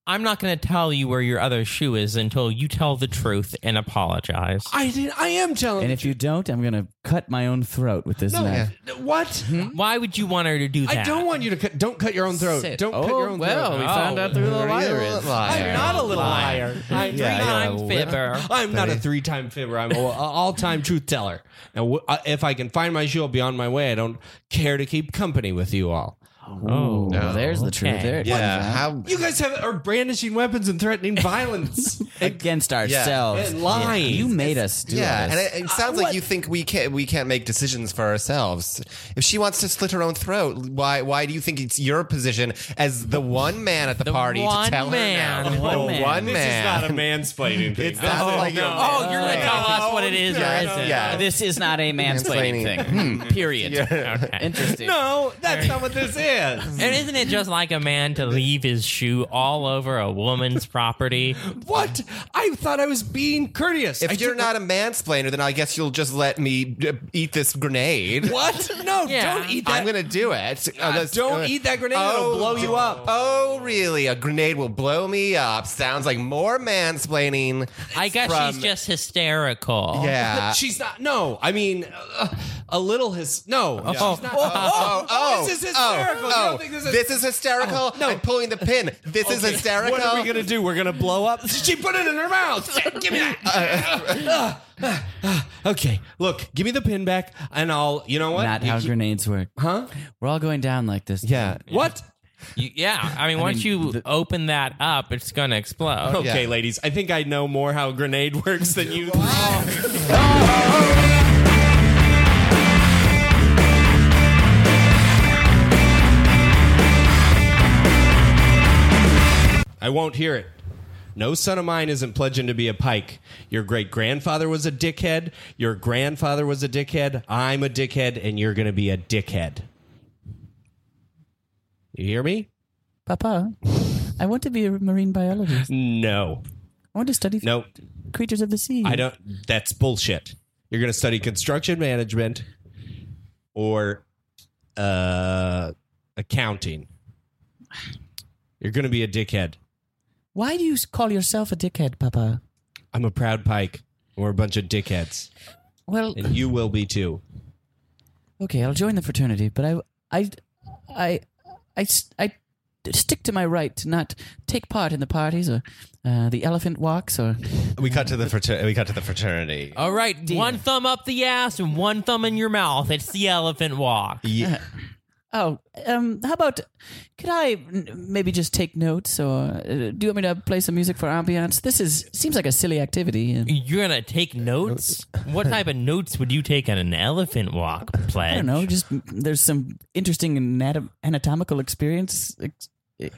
Speaker 6: I'm not going to tell you where your other shoe is until you tell the truth and apologize.
Speaker 4: I did. I am telling.
Speaker 3: and if you don't, I'm gonna cut my own throat with this
Speaker 4: no,
Speaker 3: knife.
Speaker 4: what?
Speaker 6: Why would you want her to do that?
Speaker 4: I don't want you to cut. Don't cut your own throat.
Speaker 6: Sit.
Speaker 4: Don't cut your own throat.
Speaker 6: Oh, we found out through the
Speaker 5: liar is.
Speaker 4: I'm not a little liar. I'm
Speaker 5: Yeah,
Speaker 4: three
Speaker 6: I'm
Speaker 4: times.
Speaker 6: fibber.
Speaker 4: I'm not a three-time fibber. I'm an all-time truth teller. And w- uh, if I can find my shoe, I'll be on my way. I don't care to keep company with you all.
Speaker 6: Oh,
Speaker 5: No.
Speaker 3: There's the truth.
Speaker 6: Okay.
Speaker 3: There it
Speaker 5: Yeah.
Speaker 3: comes out.
Speaker 5: How?
Speaker 8: You guys have are brandishing weapons and threatening violence and,
Speaker 3: against ourselves.
Speaker 8: and lying.
Speaker 3: You made us do
Speaker 5: Yeah,
Speaker 3: this.
Speaker 5: and it, it sounds like
Speaker 8: what-
Speaker 5: you think we can't we can't make decisions for ourselves. If she wants to slit her own throat, why why do you think it's your position as the one man at the, party to
Speaker 6: one
Speaker 5: tell
Speaker 6: man.
Speaker 5: her
Speaker 6: The
Speaker 5: no?
Speaker 3: one
Speaker 5: The
Speaker 3: man.
Speaker 5: one
Speaker 3: This
Speaker 5: man.
Speaker 4: mansplaining thing.
Speaker 5: It's not like you're-
Speaker 6: Oh, you're gonna tell us what it is, or
Speaker 5: Yeah,
Speaker 6: is it?
Speaker 5: yeah.
Speaker 3: this is not a mansplaining
Speaker 5: Mansplaining.
Speaker 3: thing. Hmm, Period. Interesting.
Speaker 8: no, that's not what this is.
Speaker 6: And isn't it just like a man to leave his shoe all over a woman's property?
Speaker 8: What? I thought I was being courteous. I
Speaker 5: If you're
Speaker 8: did-
Speaker 5: not a mansplainer, then I guess you'll just let me uh, eat this grenade.
Speaker 8: What? No,
Speaker 6: Yeah.
Speaker 8: don't eat that.
Speaker 5: I'm gonna do it. Oh,
Speaker 8: God,
Speaker 5: Unless-
Speaker 8: don't eat that grenade. It'll blow you up.
Speaker 5: Oh, really? A grenade will blow me up. Sounds like more mansplaining.
Speaker 6: I guess
Speaker 5: From-
Speaker 6: she's just hysterical.
Speaker 5: Yeah.
Speaker 8: She's not. No, I mean, uh, a little his. No, she's not.
Speaker 5: Oh, oh,
Speaker 8: this is hysterical. You don't think oh. this is- Oh,
Speaker 5: hysterical. no. I'm pulling the pin. This is hysterical.
Speaker 8: What are we gonna do? We're gonna blow up. She put it in her mouth. give me that. uh, okay, look, give me the pin back, and I'll. You know what?
Speaker 3: Not
Speaker 8: You
Speaker 3: how
Speaker 8: keep-
Speaker 3: grenades work.
Speaker 8: huh?
Speaker 3: We're all going down like this.
Speaker 5: yeah.
Speaker 8: What?
Speaker 6: You- yeah. I mean, once you open that up, it's gonna explode.
Speaker 8: Okay, ladies, I think I know more how grenade works than you. I won't hear it. No son of mine isn't pledging to be a pike. Your great grandfather was a dickhead. Your grandfather was a dickhead. I'm a dickhead, and you're going to be a dickhead. You hear me?
Speaker 3: Papa, I want to be a marine biologist.
Speaker 8: No.
Speaker 3: I want to study
Speaker 8: No.
Speaker 3: creatures of the sea.
Speaker 8: I don't. That's bullshit. You're going to study construction management or uh, accounting. You're going to be a dickhead.
Speaker 3: Why do you call yourself a dickhead, Papa?
Speaker 8: I'm a proud pike. We're a bunch of dickheads,
Speaker 3: Well,
Speaker 8: and you will be too.
Speaker 3: okay, I'll join the fraternity, but I, I, I, I, s- I stick to my right to not take part in the parties or uh, the elephant walks or
Speaker 5: We cut to the frater- we cut to the fraternity.
Speaker 6: All right, one thumb up the ass and one thumb in your mouth. It's the elephant walk.
Speaker 3: Oh, um, how about could I n- maybe just take notes, or uh, do you want me to play some music for ambiance? This is seems like a silly activity. and-
Speaker 6: You're gonna take notes. What type of notes would you take on an elephant walk? Pledge?
Speaker 3: I don't know. Just there's some interesting anatom- anatomical experience. ex-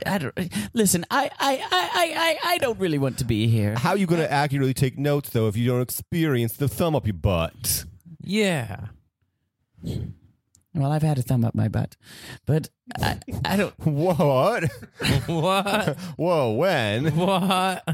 Speaker 3: I don't listen. I I, I, I I I don't really want to be here.
Speaker 9: How are you going to accurately take notes, though, if you don't experience the thumb up your butt?
Speaker 6: Yeah.
Speaker 3: Well, I've had a thumb up my butt, but I, I don't.
Speaker 9: What?
Speaker 6: What?
Speaker 9: Whoa, when?
Speaker 6: What?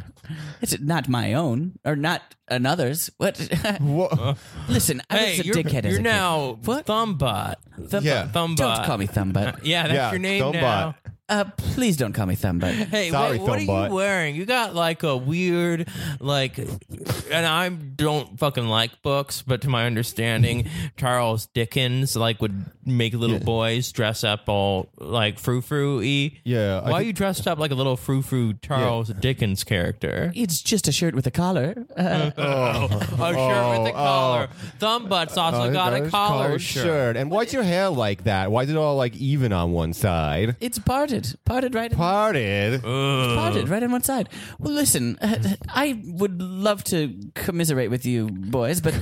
Speaker 3: It's not my own or not another's. What?
Speaker 9: Wha-
Speaker 3: listen, I
Speaker 6: Hey,
Speaker 3: was a
Speaker 6: you're,
Speaker 3: dickhead. as
Speaker 6: you're
Speaker 3: a kid.
Speaker 6: now
Speaker 3: What?
Speaker 6: thumb butt. Thumb,
Speaker 9: Yeah.
Speaker 6: thumb butt.
Speaker 3: Don't call me thumb butt.
Speaker 6: Yeah, that's
Speaker 9: Yeah,
Speaker 6: your name
Speaker 9: thumb
Speaker 6: now.
Speaker 9: butt.
Speaker 3: Uh, please don't call me thumb butt.
Speaker 6: Hey,
Speaker 9: Sorry,
Speaker 6: what, what are
Speaker 9: thumb
Speaker 6: you
Speaker 9: butt.
Speaker 6: wearing? You got like a weird, like, and I don't fucking like books, but to my understanding, Charles Dickens like would make little boys dress up all like frou frou y.
Speaker 9: Yeah, I
Speaker 6: Why are
Speaker 9: think-
Speaker 6: you dressed up like a little frou frou Charles Dickens character?
Speaker 3: It's just a shirt with a collar. Uh,
Speaker 6: A shirt with a collar. Thumb butts also
Speaker 9: Oh,
Speaker 6: got a
Speaker 9: those
Speaker 6: collar
Speaker 9: colored
Speaker 6: shirt.
Speaker 9: And why's your hair like that? Why is it all like even on one side?
Speaker 3: it's parted, parted right,
Speaker 6: Uh.
Speaker 3: in,
Speaker 9: Parted.
Speaker 3: parted right on one side. Well, listen, uh, I would love to commiserate with you boys, but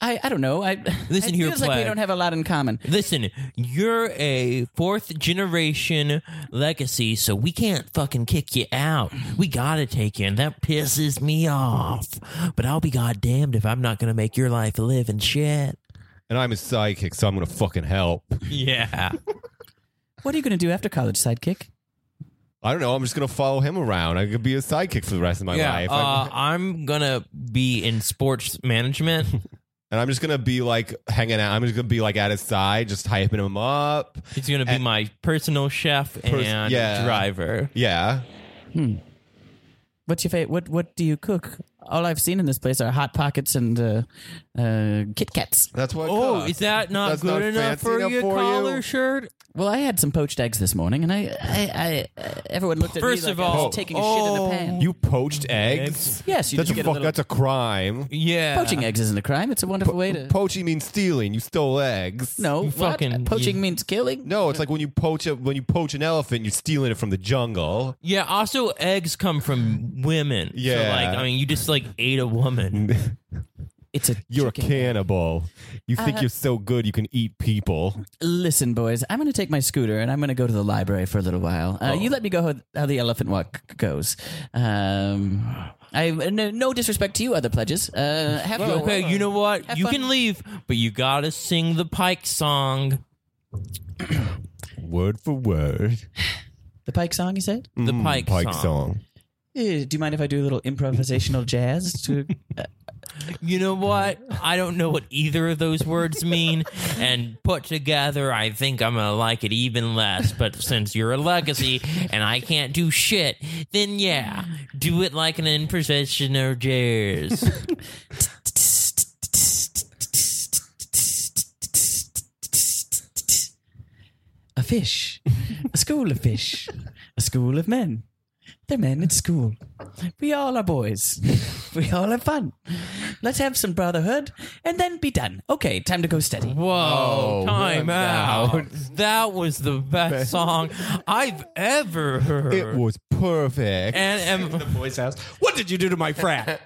Speaker 3: I, I don't know. I
Speaker 6: Listen
Speaker 3: it
Speaker 6: here,
Speaker 3: feels like we
Speaker 6: Plaid.
Speaker 3: don't have a lot in common.
Speaker 6: Listen, you're a fourth generation legacy, so we can't fucking kick you out. We gotta take you, and that pisses me off. But I'll be goddamned if I'm not gonna make your life a living shit.
Speaker 9: And I'm a psychic, so I'm going to fucking help.
Speaker 6: Yeah.
Speaker 3: What are you going to do after college, sidekick?
Speaker 9: I don't know. I'm just going to follow him around. I could be a sidekick for the rest of my
Speaker 6: yeah.
Speaker 9: life.
Speaker 6: Uh, I'm gonna be in sports management.
Speaker 9: and I'm just going to be like hanging out. I'm just going to be like at his side, just hyping him up.
Speaker 6: He's gonna be
Speaker 9: And-
Speaker 6: my personal chef and
Speaker 9: yeah.
Speaker 6: driver.
Speaker 9: Yeah.
Speaker 3: What's your favorite? What What do you cook? all I've seen in this place are hot pockets and uh, uh, Kit Kats.
Speaker 9: That's what. it
Speaker 6: Oh,
Speaker 9: costs.
Speaker 6: is that not
Speaker 9: That's
Speaker 6: good
Speaker 9: not
Speaker 6: enough
Speaker 9: fancy
Speaker 6: for
Speaker 9: enough
Speaker 6: your
Speaker 9: for you?
Speaker 6: collar shirt?
Speaker 3: Well, I had some poached eggs this morning, and I, I, I uh, everyone looked at
Speaker 6: First
Speaker 3: me
Speaker 6: of
Speaker 3: like I
Speaker 6: all-
Speaker 3: was taking a shit in a pan.
Speaker 9: oh, You poached eggs?
Speaker 3: Yes, you
Speaker 9: that's
Speaker 3: just
Speaker 9: a
Speaker 3: get a
Speaker 9: fuck.
Speaker 3: little-
Speaker 9: that's a crime.
Speaker 6: Yeah.
Speaker 3: poaching eggs isn't a crime. It's a wonderful way to.
Speaker 9: Poaching means stealing. You stole eggs.
Speaker 3: no, what?
Speaker 6: fucking-
Speaker 3: poaching means killing.
Speaker 9: No, it's like when you poach a, when you poach an elephant, you're stealing it from the jungle.
Speaker 6: Yeah. Also, eggs come from women.
Speaker 9: Yeah.
Speaker 6: So, like, I mean, you just like ate a woman.
Speaker 3: It's a.
Speaker 9: You're
Speaker 3: chicken. Uh,
Speaker 9: a cannibal. You think you're so good you can eat people.
Speaker 3: Listen, boys, I'm going to take my scooter and I'm going to go to the library for a little while. Uh,
Speaker 9: Oh.
Speaker 3: You let me go how, how the elephant walk g- goes. Um, I no, no disrespect to you, other pledges. Uh, have fun.
Speaker 6: okay. You know what?
Speaker 3: Have
Speaker 6: you
Speaker 3: fun.
Speaker 6: can leave, but you gotta sing the Pike song.
Speaker 9: Word for word.
Speaker 3: the Pike song. You said.
Speaker 6: The Pike,
Speaker 9: Pike
Speaker 6: song.
Speaker 9: song.
Speaker 3: Eh, do you mind if I do a little improvisational jazz? To
Speaker 6: You know what? I don't know what either of those words mean, and put together, I think I'm gonna like it even less. But since you're a legacy and I can't do shit, then yeah, do it like an improvisational jazz.
Speaker 3: a fish, a school of fish, a school of men. They're men at school. We all are boys. We all have fun. Let's have some brotherhood and then be done. Okay, time to go steady.
Speaker 6: Whoa, time out. Oh, That was the best song I've ever heard.
Speaker 9: It was perfect.
Speaker 6: and, um, and
Speaker 8: boy's house. What did you do to my frat?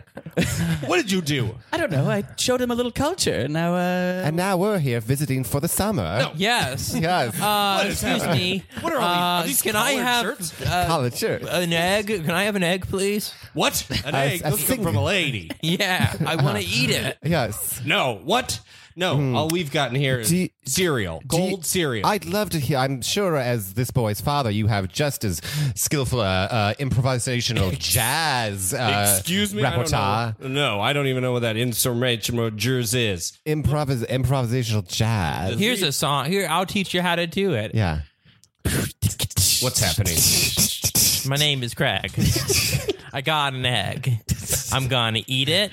Speaker 8: what did you do?
Speaker 3: I don't know. I showed him a little culture. Now, uh,
Speaker 9: And now we're here visiting for the summer.
Speaker 6: yes.
Speaker 9: Yes.
Speaker 6: Uh, excuse me.
Speaker 8: What are all
Speaker 6: Uh,
Speaker 8: these- are these
Speaker 6: can I
Speaker 8: collared
Speaker 6: have
Speaker 8: shirts?
Speaker 6: uh,
Speaker 9: College shirt.
Speaker 6: an egg? Can I have an egg, please?
Speaker 8: What? An
Speaker 9: I-
Speaker 8: egg?
Speaker 9: I
Speaker 8: Those
Speaker 9: think-
Speaker 8: come from a lady.
Speaker 6: Yeah, I want to eat it.
Speaker 9: yes.
Speaker 8: No. What? No. All we've gotten here is
Speaker 9: Hmm. Do you-
Speaker 8: cereal,
Speaker 9: Do you-
Speaker 8: gold cereal.
Speaker 9: I'd love to hear. I'm sure, as this boy's father, you have just as skillful uh, uh, improvisational jazz. Uh,
Speaker 8: Excuse me. I
Speaker 9: repertoire.
Speaker 8: don't know. No, I don't even know what that instrumental jers is.
Speaker 9: Improvis- improvisational jazz.
Speaker 6: Here's a song. Here, I'll teach you how to do it.
Speaker 9: yeah.
Speaker 8: What's happening?
Speaker 6: My name is Craig. I got an egg. I'm gonna eat it.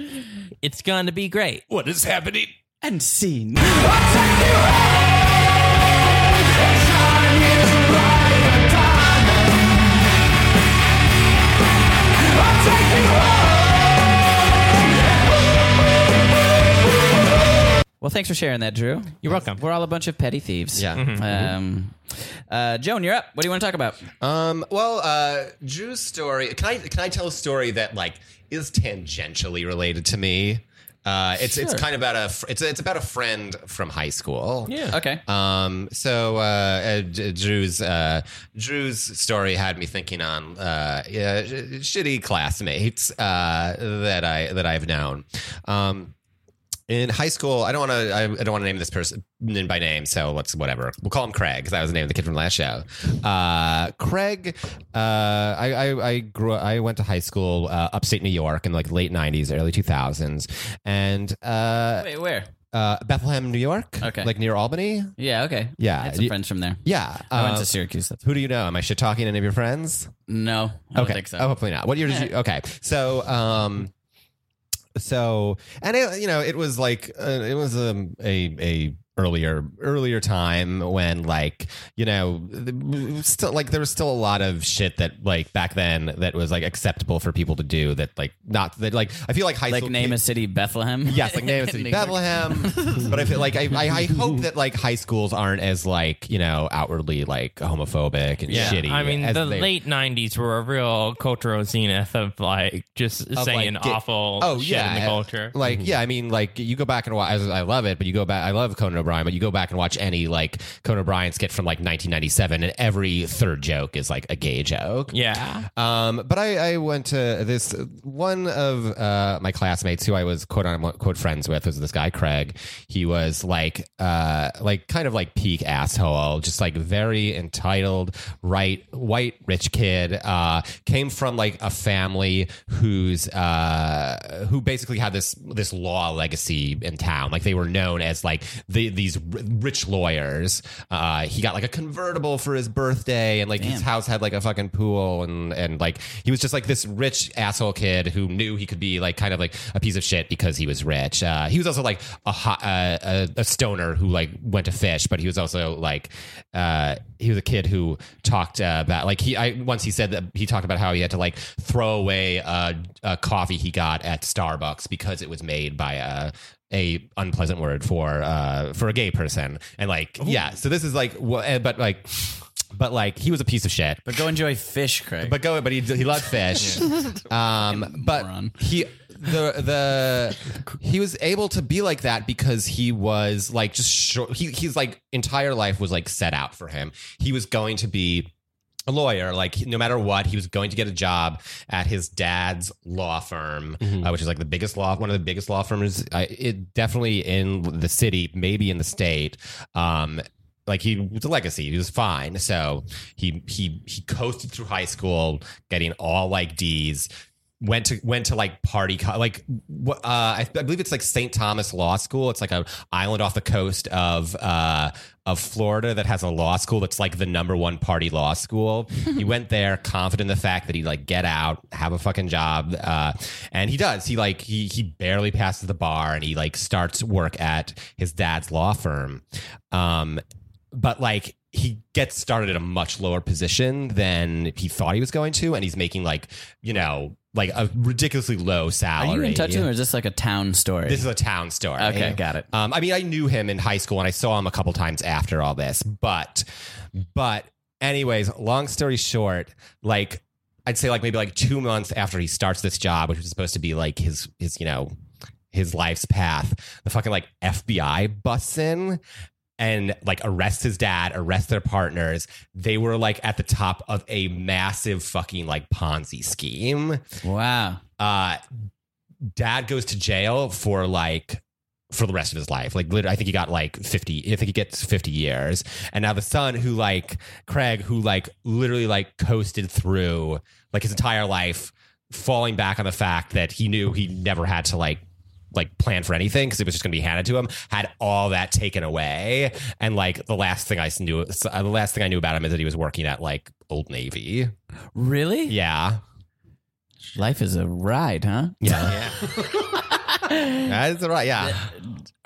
Speaker 6: It's gonna be great.
Speaker 8: What is happening?
Speaker 3: and scene. Well, thanks for sharing that, Drew.
Speaker 6: You're welcome. Mm-hmm.
Speaker 3: We're all a bunch of petty thieves.
Speaker 9: Yeah.
Speaker 3: Um,
Speaker 5: Mm-hmm.
Speaker 3: uh, Joan, you're up. What do you want to talk about?
Speaker 5: Um, well, uh, Drew's story. Can I can I tell a story that like is tangentially related to me? Uh, it's it's
Speaker 3: Sure.
Speaker 5: kind of about a fr- it's it's about a friend from high school.
Speaker 6: Yeah.
Speaker 3: Okay.
Speaker 5: Um, so uh, uh, D- Drew's uh, Drew's story had me thinking on uh, yeah, sh- shitty classmates uh, that I that I've known. Um, in high school, I don't want to. I, I don't want to name this person by name. So let's whatever. We'll call him Craig because that was the name of the kid from last show. Uh, Craig. Uh, I, I I grew. I went to high school uh, upstate New York in like late '90s, early 2000s, and uh,
Speaker 3: Wait, where?
Speaker 5: uh, Bethlehem, New York.
Speaker 3: Okay.
Speaker 5: like near Albany.
Speaker 3: Yeah. Okay.
Speaker 5: Yeah,
Speaker 3: I had some
Speaker 5: you-
Speaker 3: friends from there.
Speaker 5: Yeah.
Speaker 3: I went
Speaker 5: uh,
Speaker 3: to Syracuse. That's
Speaker 5: who do you know? Am I shit talking any of your friends?
Speaker 3: no. I don't
Speaker 5: okay.
Speaker 3: think so.
Speaker 5: Oh, hopefully not. What year did you? Okay. So, um, so and it, you know, it was like uh, it was um, a a earlier earlier time when like you know the- still like there was still a lot of shit that like back then that was like acceptable for people to do that like not that like I feel like high
Speaker 3: like
Speaker 5: school
Speaker 3: name
Speaker 5: kid-
Speaker 3: a city Bethlehem.
Speaker 5: Yes, like name a city
Speaker 3: New York.
Speaker 5: Bethlehem. but I feel like I, I, I hope that like high schools aren't as like you know outwardly like homophobic and
Speaker 6: Yeah,
Speaker 5: shitty.
Speaker 6: I mean,
Speaker 5: as
Speaker 6: the
Speaker 5: they-
Speaker 6: late '90s were a real cultural zenith of like just
Speaker 5: like,
Speaker 6: saying
Speaker 5: get-
Speaker 6: awful
Speaker 5: oh
Speaker 6: shit
Speaker 5: yeah
Speaker 6: in the culture.
Speaker 5: Like yeah, I mean like you go back and watch. I love it, but you go back. I love Conan O'Brien, but you go back and watch any like Conan O'Brien skit from like 1997, and every third joke is like a gay joke.
Speaker 6: yeah,
Speaker 5: Um, but I, I went to this one of uh, my classmates who I was quote unquote friends with was this guy Craig. He was like uh, like kind of like peak asshole, just like very entitled, right white rich kid. Uh, came from like a family who's uh, who basically had this this law legacy in town. Like they were known as like the these r- rich lawyers. Uh, he got like a convertible for his birthday, and like his house had like a fucking pool, and and like he was just like this rich asshole kid who knew he could be like kind of like a piece of shit because he was rich. Uh, he was also like a, hot, uh, a a stoner who like went to fish, but he was also like uh, he was a kid who talked uh, about like he I once he said that he talked about how he had to like throw away a, a coffee he got at Starbucks because it was made by a a unpleasant word for uh for a gay person and like yeah so this is like wha- eh, but like but like he was a piece of shit
Speaker 3: But go enjoy fish, Craig.
Speaker 5: but go but he he loved fish um but
Speaker 3: Moron.
Speaker 5: he the the he was able to be like that because he was like just short, he he's like entire life was like set out for him he was going to be a lawyer like no matter what he was going to get a job at his dad's law firm uh, which is like the biggest law one of the biggest law firms uh, it definitely in the city maybe in the state um like he was a legacy he was fine so he he he coasted through high school getting all like d's went to went to like party co- like wh- uh, I, I believe it's like St. Thomas Law School. It's like a island off the coast of uh, of Florida that has a law school that's like the number one party law school. he went there confident in the fact that he'd like get out, have a fucking job, uh, and he does. He like he he barely passes the bar, and he like starts work at his dad's law firm. Um, but like he gets started at a much lower position than he thought he was going to, and he's making like you know like a ridiculously low salary.
Speaker 3: Are you in touch with him, or is this like a town story?
Speaker 5: This is a town story.
Speaker 3: Okay, got it.
Speaker 5: Um, I mean, I knew him in high school, and I saw him a couple times after all this. But, but, anyways, long story short, like I'd say, like maybe like two months after he starts this job, which was supposed to be like his his you know his life's path, the fucking like FBI busts in and like arrest his dad, arrest their partners. They were like at the top of a massive fucking like Ponzi scheme
Speaker 3: wow.
Speaker 5: uh, dad goes to jail for like for the rest of his life. Like literally, I think he got like 50, I think he gets 50 years. And now the son who like Craig, who like literally like coasted through like his entire life, falling back on the fact that he knew he never had to like like plan for anything because it was just going to be handed to him had all that taken away and like the last thing i s- knew uh, the last thing i knew about him is that he was working at like old navy
Speaker 3: Really?
Speaker 5: yeah
Speaker 3: Life is a ride, huh?
Speaker 5: yeah, that's right yeah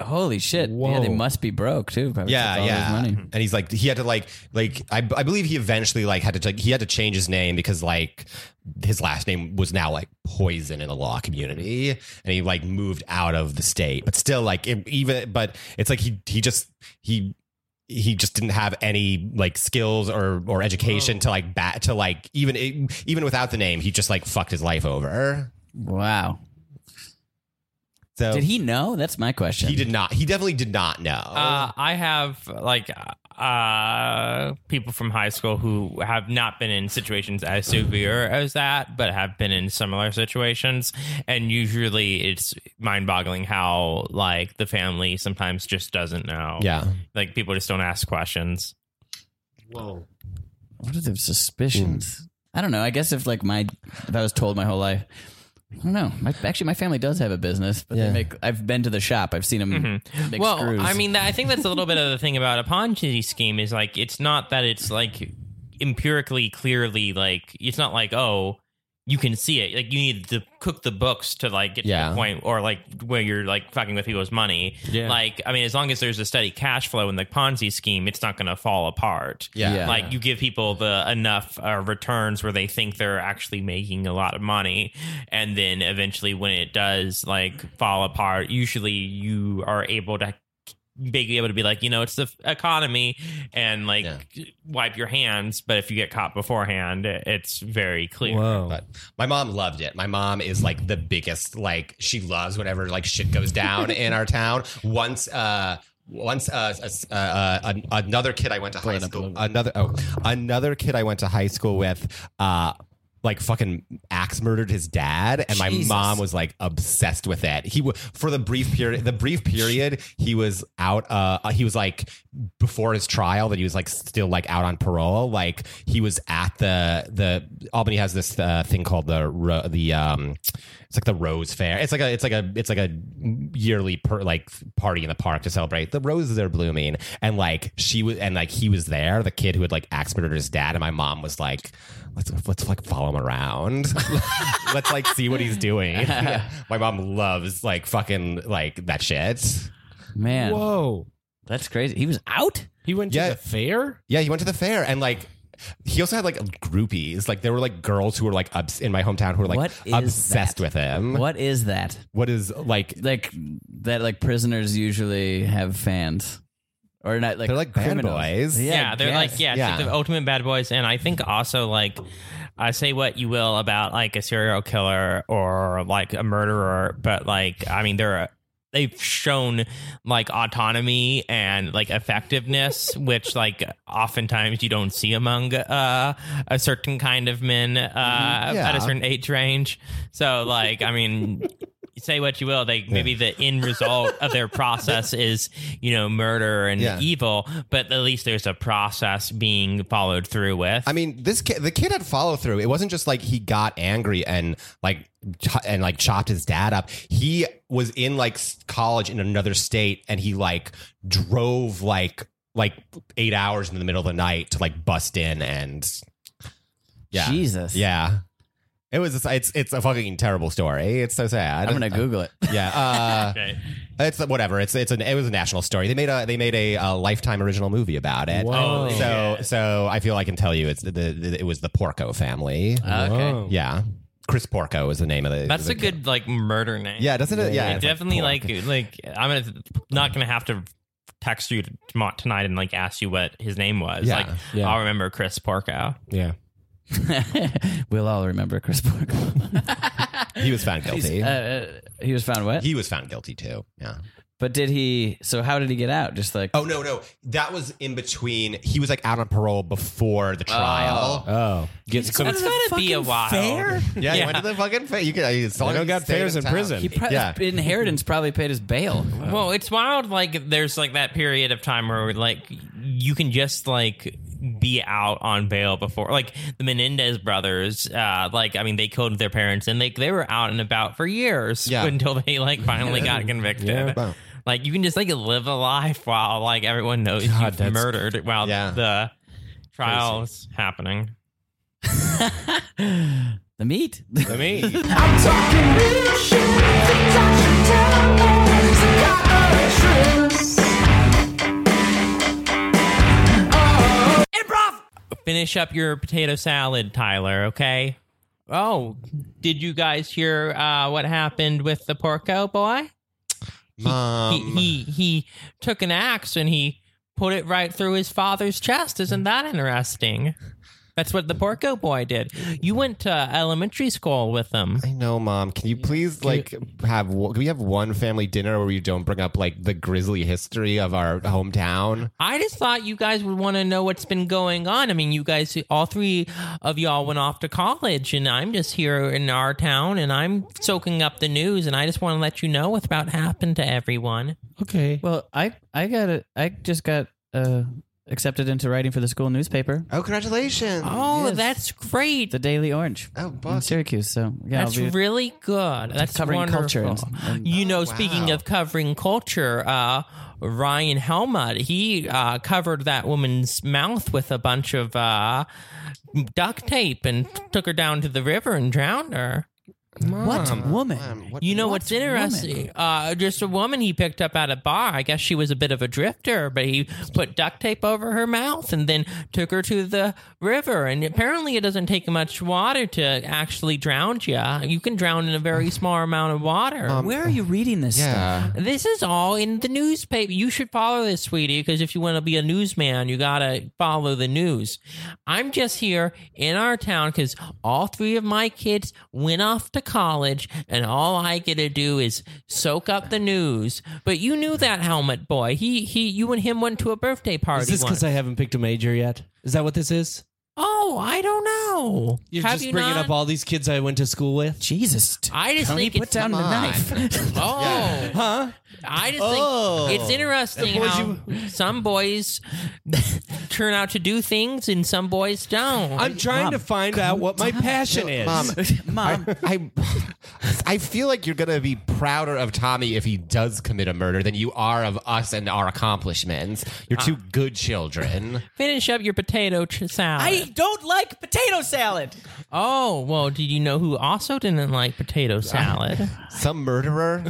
Speaker 3: Holy shit. Yeah, they must be broke too. Probably took all his money.
Speaker 5: And he's like, he had to like, like I, I believe he eventually like had to like, he had to change his name because like his last name was now like poison in the law community, and he like moved out of the state, but still like it, even, but it's like he he just he he just didn't have any like skills or or education to like bat to like even e, even without the name, he just like fucked his life over.
Speaker 3: Wow.
Speaker 5: So
Speaker 3: Did he know? That's my question.
Speaker 5: He did not. He definitely did not know.
Speaker 6: Uh,
Speaker 5: Oh.
Speaker 6: I have like uh, people from high school who have not been in situations as severe as that, but have been in similar situations. And usually it's mind boggling how like the family sometimes just doesn't know.
Speaker 5: yeah.
Speaker 6: Like people just don't ask questions.
Speaker 8: Whoa.
Speaker 3: What are the suspicions?
Speaker 5: Hmm.
Speaker 3: I don't know. I guess if like my if I was told my whole life, I don't know. My, actually, my family does have a business, but they make. I've been to the shop. I've seen them make
Speaker 6: Mm-hmm. well,
Speaker 3: screws.
Speaker 6: I mean, that, I think that's a little bit of the thing about a Ponzi scheme is like it's not that it's like empirically clearly like it's not like oh you can see it like you need to cook the books to like get to
Speaker 5: Yeah.
Speaker 6: the point or like where you're like fucking with people's money.
Speaker 4: Yeah.
Speaker 6: Like I mean, as long as there's a steady cash flow in the Ponzi scheme, it's not going to fall apart.
Speaker 5: Yeah.
Speaker 3: Yeah.
Speaker 6: Like you give people the enough uh, returns where they think they're actually making a lot of money, and then eventually when it does like fall apart, usually you are able to be able to be like, you know, it's the economy, and like wipe your hands. But if you get caught beforehand, it's very clear.
Speaker 5: But my mom loved it. My mom is like the biggest like she loves whenever like shit goes down in our town. Once uh once uh, s- uh, uh, an- another kid I went to high school another oh another kid I went to high school with uh like fucking axe murdered his dad and my mom was like obsessed with it. He w- for the brief period the brief period he was out uh uh, he was like before his trial that he was like still like out on parole like he was at the the Albany has this uh, thing called the ro- the um It's like the Rose Fair. It's like a it's like a it's like a yearly per, like party in the park to celebrate the roses are blooming. And like she was and like he was there, the kid who had like axe murdered his dad, and my mom was like, let's let's like follow him around. let's like see what he's doing. my mom loves like fucking like that shit.
Speaker 3: Man,
Speaker 8: Whoa.
Speaker 3: that's crazy. He was out.
Speaker 8: He went to
Speaker 5: Yeah.
Speaker 8: the fair?
Speaker 5: Yeah, he went to the fair and like he also had like groupies. Like there were like girls who were like obs- in my hometown who were like
Speaker 3: What is
Speaker 5: obsessed
Speaker 3: that?
Speaker 5: with him.
Speaker 3: What is that?
Speaker 5: What is like
Speaker 3: Like that? Like prisoners usually have fans, or not? Like
Speaker 5: They're like bad
Speaker 3: criminals.
Speaker 5: boys.
Speaker 3: Yeah,
Speaker 6: Yeah, they're
Speaker 3: yes.
Speaker 6: like yeah, it's like
Speaker 5: Yeah.
Speaker 6: the ultimate bad boys, and I think also like, I say what you will about like a serial killer or like a murderer, but like I mean they're. They've shown like autonomy and like effectiveness, which like oftentimes you don't see among uh, a certain kind of men uh, at
Speaker 5: Mm-hmm. Yeah.
Speaker 6: a certain age range. So like, I mean, say what you will, they maybe the end result of their process is you know murder and
Speaker 5: Yeah.
Speaker 6: evil, but at least there's a process being followed through with.
Speaker 5: I mean, this kid, the kid had follow through. It wasn't just like he got angry and like ch- and like chopped his dad up. He was in like s- college in another state, and he like drove like like eight hours in the middle of the night to like bust in and yeah,
Speaker 3: Jesus.
Speaker 5: yeah. It was it's it's a fucking terrible story. It's so sad.
Speaker 3: I'm gonna Google it.
Speaker 5: yeah. Uh,
Speaker 6: Okay.
Speaker 5: It's whatever. It's it's an it was a national story. They made a they made a, uh lifetime original movie about it.
Speaker 8: Whoa.
Speaker 5: So so I feel I can tell you it's the, the it was the Porco family.
Speaker 8: Ah,
Speaker 3: Okay.
Speaker 8: Whoa.
Speaker 5: yeah, Chris Porco is the name of the.
Speaker 6: That's
Speaker 5: the
Speaker 6: a good like murder name.
Speaker 5: Yeah, doesn't it? Yeah,
Speaker 6: Like,
Speaker 5: it's
Speaker 6: definitely
Speaker 5: Porco.
Speaker 6: like like, I'm gonna, not gonna have to text you tomo- tonight and like ask you what his name was.
Speaker 5: Yeah.
Speaker 6: like
Speaker 8: Yeah.
Speaker 6: I'll remember Chris Porco.
Speaker 8: Yeah.
Speaker 3: we'll all remember Chris Porco.
Speaker 5: he was found guilty.
Speaker 3: uh, he was found what?
Speaker 5: he was found guilty too. Yeah.
Speaker 3: but did he? So how did he get out? Just like
Speaker 5: Oh no no, that was in between. He was like out on parole before the trial.
Speaker 8: Oh. Gets
Speaker 6: So it's gonna be a while.
Speaker 5: yeah, he went to the fucking fair. You can. It's all
Speaker 8: They don't got
Speaker 5: stayed
Speaker 8: fairs in
Speaker 5: town.
Speaker 8: prison.
Speaker 3: he pro-
Speaker 5: Yeah.
Speaker 3: inheritance probably paid his bail.
Speaker 6: Well, it's wild. Like, there's like that period of time where like you can just like be out on bail before, like the Menendez brothers. Uh, like, I mean, they killed their parents and they they were out and about for years
Speaker 5: Yeah.
Speaker 6: until they like finally got convicted.
Speaker 5: Wow.
Speaker 6: Like, you can just like live a life while like everyone knows
Speaker 8: God,
Speaker 6: you've
Speaker 8: that's-
Speaker 6: murdered while
Speaker 5: Yeah.
Speaker 6: the trial's happening.
Speaker 3: the meat.
Speaker 8: I mean,
Speaker 7: I'm talking real shit. Things I should tell a man. It's a goddamn truth.
Speaker 6: finish up your potato salad, Tyler, okay? Oh, did you guys hear uh, what happened with the Porco boy? He,
Speaker 4: Um,
Speaker 5: Mom.
Speaker 6: he he took an axe and he put it right through his father's chest. Isn't that interesting? That's what the Porco boy did. You went to elementary school with him.
Speaker 5: I know, mom. Can you please like have? Can we have one family dinner where you don't bring up like the grisly history of our hometown?
Speaker 6: I just thought you guys would want to know what's been going on. I mean, you guys, all three of y'all went off to college, and I'm just here in our town, and I'm soaking up the news, and I just want to let you know what's about to happen to everyone.
Speaker 8: okay.
Speaker 3: Well, I I got a, I just got uh, accepted into writing for the school newspaper,
Speaker 5: Oh, congratulations!
Speaker 6: Oh, that's great.
Speaker 3: the Daily Orange,
Speaker 5: Oh,
Speaker 3: in
Speaker 5: boss.
Speaker 3: Syracuse. So yeah, I'll
Speaker 6: That's
Speaker 3: be-
Speaker 6: really good. That's
Speaker 3: covering culture
Speaker 6: wonderful.
Speaker 3: and- uh, and-
Speaker 6: you know, speaking
Speaker 5: wow.
Speaker 6: of covering culture, uh, Ryan Helmut he uh, covered that woman's mouth with a bunch of uh, duct tape and took her down to the river and drowned her.
Speaker 3: what woman?
Speaker 6: You know what's interesting? Uh, just a woman he picked up at a bar. I guess she was a bit of a drifter, but he put duct tape over her mouth and then took her to the river. And apparently, it doesn't take much water to actually drown you. You can drown in a very small amount of water.
Speaker 3: Where are you reading this
Speaker 5: Yeah.
Speaker 3: stuff?
Speaker 6: This is all in the newspaper. You should follow this, sweetie, because if you want to be a newsman, you got to follow the news. I'm just here in our town because all three of my kids went off to college, and all I get to do is soak up the news. But you knew that helmet boy. He, he, you and him went to a birthday party.
Speaker 8: Is this
Speaker 6: once.
Speaker 8: because I haven't picked a major yet? Is that what this is?
Speaker 6: oh, I don't know.
Speaker 8: You're
Speaker 6: Have
Speaker 8: just
Speaker 6: you
Speaker 8: bringing
Speaker 6: not?
Speaker 8: up all these kids I went to school with?
Speaker 3: Jesus,
Speaker 6: I just
Speaker 3: Tony,
Speaker 6: think
Speaker 3: put
Speaker 6: it's-
Speaker 3: down the
Speaker 5: come on.
Speaker 3: knife.
Speaker 6: Oh,
Speaker 8: Huh?
Speaker 6: I just
Speaker 9: Oh.
Speaker 6: think it's interesting
Speaker 9: boys
Speaker 6: how some boys turn out to do things and some boys don't.
Speaker 8: I'm trying to find out what my passion is.
Speaker 5: Mom,
Speaker 3: Mom,
Speaker 5: Um, I, I feel like you're gonna be prouder of Tommy if he does commit a murder than you are of us and our accomplishments. You're two
Speaker 8: Uh.
Speaker 5: good children.
Speaker 6: Finish up your potato ch- salad.
Speaker 2: I don't like potato salad.
Speaker 6: oh, well, did you know who also didn't like potato salad?
Speaker 5: Some murderer.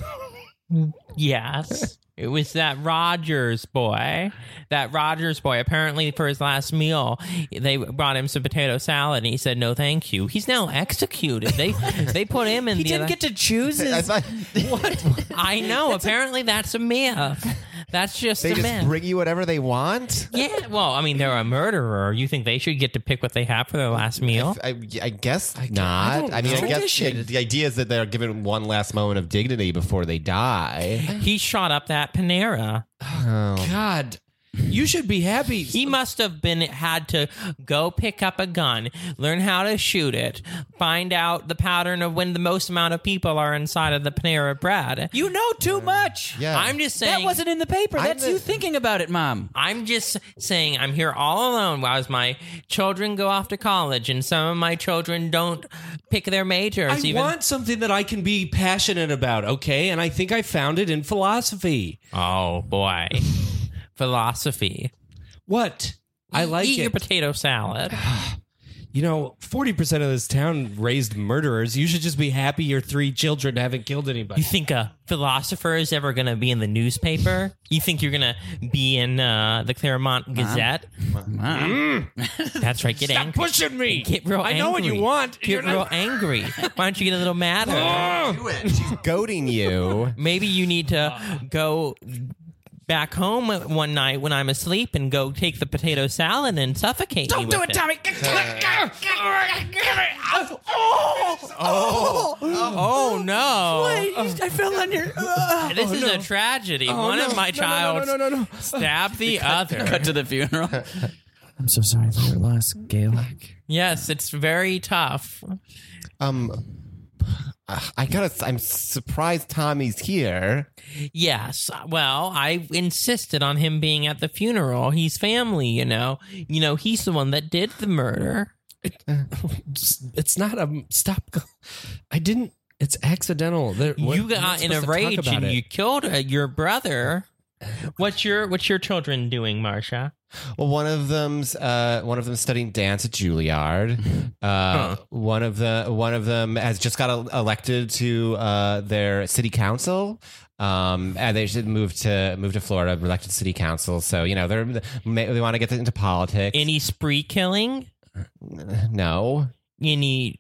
Speaker 6: yes. It was that Rogers boy. That Rogers boy. Apparently, for his last meal, they brought him some potato salad, and he said, "No, thank you." He's now executed. They they put him in.
Speaker 2: He
Speaker 6: the
Speaker 2: didn't
Speaker 6: elec-
Speaker 2: get to choose his.
Speaker 5: I thought
Speaker 6: I know. apparently, that's a myth. That's just
Speaker 5: they
Speaker 6: a myth.
Speaker 5: just bring you whatever they want.
Speaker 6: Yeah, well, I mean, they're a murderer. You think they should get to pick what they have for their last meal?
Speaker 5: I, I guess not. I, mean, I guess the, the idea is that they're given one last moment of dignity before they die.
Speaker 6: He shot up that Panera.
Speaker 8: God, you should be happy.
Speaker 6: He must have been had to go pick up a gun, learn how to shoot it, find out the pattern of when the most amount of people are inside of the Panera bread.
Speaker 2: You know too much.
Speaker 5: Yeah.
Speaker 6: I'm just saying.
Speaker 2: That wasn't in the paper.
Speaker 5: I'm
Speaker 2: That's
Speaker 5: the-
Speaker 2: you thinking about it, Mom.
Speaker 6: I'm just saying I'm here all alone while as my children go off to college and some of my children don't pick their majors.
Speaker 8: I
Speaker 6: even
Speaker 8: want something that I can be passionate about, okay? And I think I found it in philosophy.
Speaker 6: Oh boy. Philosophy.
Speaker 8: What? I like
Speaker 6: Eat your
Speaker 8: it.
Speaker 6: potato salad.
Speaker 8: you know, 40% of this town raised murderers. You should just be happy your three children haven't killed anybody.
Speaker 6: You think a philosopher is ever going to be in the newspaper? You think you're going to be in uh, the Claremont Gazette? That's right. Get
Speaker 8: Stop
Speaker 6: angry.
Speaker 8: pushing me.
Speaker 6: Get real
Speaker 8: I know what
Speaker 6: angry.
Speaker 8: you want.
Speaker 6: Get
Speaker 8: You're not-
Speaker 6: real angry. Why don't you get a little madder?
Speaker 8: Oh,
Speaker 5: Goading you.
Speaker 6: Maybe you need to go back home one night when I'm asleep and go take the potato salad and suffocate me
Speaker 2: Don't do
Speaker 6: with
Speaker 2: it, Tommy. Oh,
Speaker 6: Oh no!
Speaker 2: Wait, I fell on your. Ugh.
Speaker 6: This is a tragedy. One of my
Speaker 8: no,
Speaker 6: child
Speaker 8: no, no, no, no.
Speaker 6: stabbed the other.
Speaker 3: Cut to the funeral. I'm so sorry for your loss, Gail.
Speaker 6: Yes, it's very tough.
Speaker 5: Um, I gotta. I'm surprised Tommy's here.
Speaker 6: Yes. Well, I insisted on him being at the funeral. He's family, you know. You know, he's the one that did the murder.
Speaker 8: Just- It's not a stop. I didn't. It's accidental. There- we're-
Speaker 6: you
Speaker 8: we're not
Speaker 6: got in a
Speaker 8: supposed to talk
Speaker 6: rage
Speaker 8: about
Speaker 6: and
Speaker 8: it.
Speaker 6: you killed uh, your brother. What's your What's your children doing, Marsha?
Speaker 5: Well, one of them's uh, one of them studying dance at Juilliard. Uh, One of the one of them has just got el- elected to uh, their city council. Um, and they should move to move to Florida, elected city council. So you know they're they want to get into politics.
Speaker 6: Any spree killing?
Speaker 5: no,
Speaker 6: Any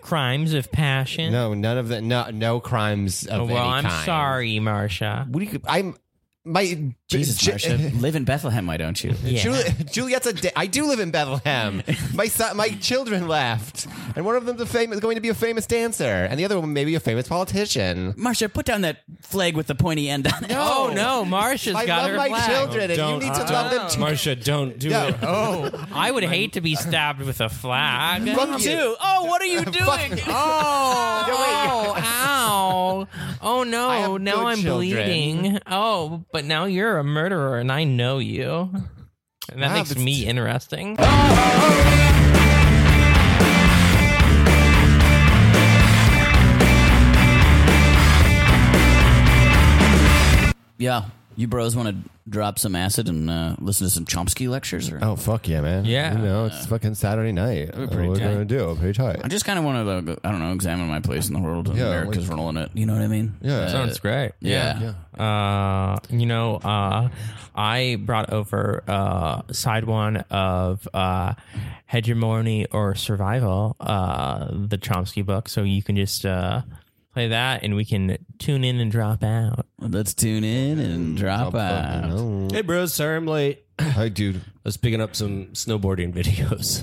Speaker 6: crimes of passion?
Speaker 5: no, none of the no no crimes
Speaker 6: Oh,
Speaker 5: of
Speaker 6: well,
Speaker 5: any
Speaker 6: I'm
Speaker 5: kind.
Speaker 6: sorry, Marsha.
Speaker 5: What do you, I'm my
Speaker 3: Jesus,
Speaker 5: Ju-
Speaker 3: Marsha, live in Bethlehem, why don't you?
Speaker 6: Yeah.
Speaker 5: Juli- Juliet's a. Da- I do live in Bethlehem. My son, my children left, and one of them's a famous, going to be a famous dancer, and the other one maybe a famous politician.
Speaker 3: Marsha, put down that flag with the pointy end on it.
Speaker 6: Oh no, Marsha's
Speaker 5: I
Speaker 6: got
Speaker 5: love
Speaker 6: her
Speaker 5: my
Speaker 6: flag.
Speaker 5: children, and you need to love them too.
Speaker 8: Marsha, don't do
Speaker 5: No.
Speaker 8: it.
Speaker 5: Oh,
Speaker 6: I would hate to be stabbed with a flag.
Speaker 5: fuck you.
Speaker 6: Oh, what are you doing? Oh, oh, ow. Oh, no.
Speaker 5: I have
Speaker 6: now
Speaker 5: good
Speaker 6: I'm
Speaker 5: children.
Speaker 6: bleeding. Oh, but now you're a murderer and I know you. And that
Speaker 5: Wow,
Speaker 6: makes
Speaker 5: that's-
Speaker 6: me interesting.
Speaker 3: Yeah. You bros want to drop some acid and uh, listen to some Chomsky lectures? Or?
Speaker 9: Oh fuck yeah, man!
Speaker 6: Yeah.
Speaker 9: you know it's fucking Saturday night. What are we gonna do? Pretty tight.
Speaker 3: I just kind of want to, I don't know, examine my place in the world and
Speaker 9: Yeah,
Speaker 3: America's
Speaker 9: like-
Speaker 3: rolling it. You know what I mean?
Speaker 9: Yeah.
Speaker 3: Uh,
Speaker 9: Sounds
Speaker 6: great.
Speaker 3: yeah.
Speaker 6: Uh, you know, uh, I brought over uh, side one of uh, Hegemony or Survival, uh, the Chomsky book. So you can just uh, play that and we can tune in and drop out.
Speaker 3: Let's tune in and
Speaker 4: Mm,
Speaker 3: drop out.
Speaker 8: Hey, bro, sorry I'm late. I
Speaker 9: Hey, dude,
Speaker 8: was picking up some snowboarding videos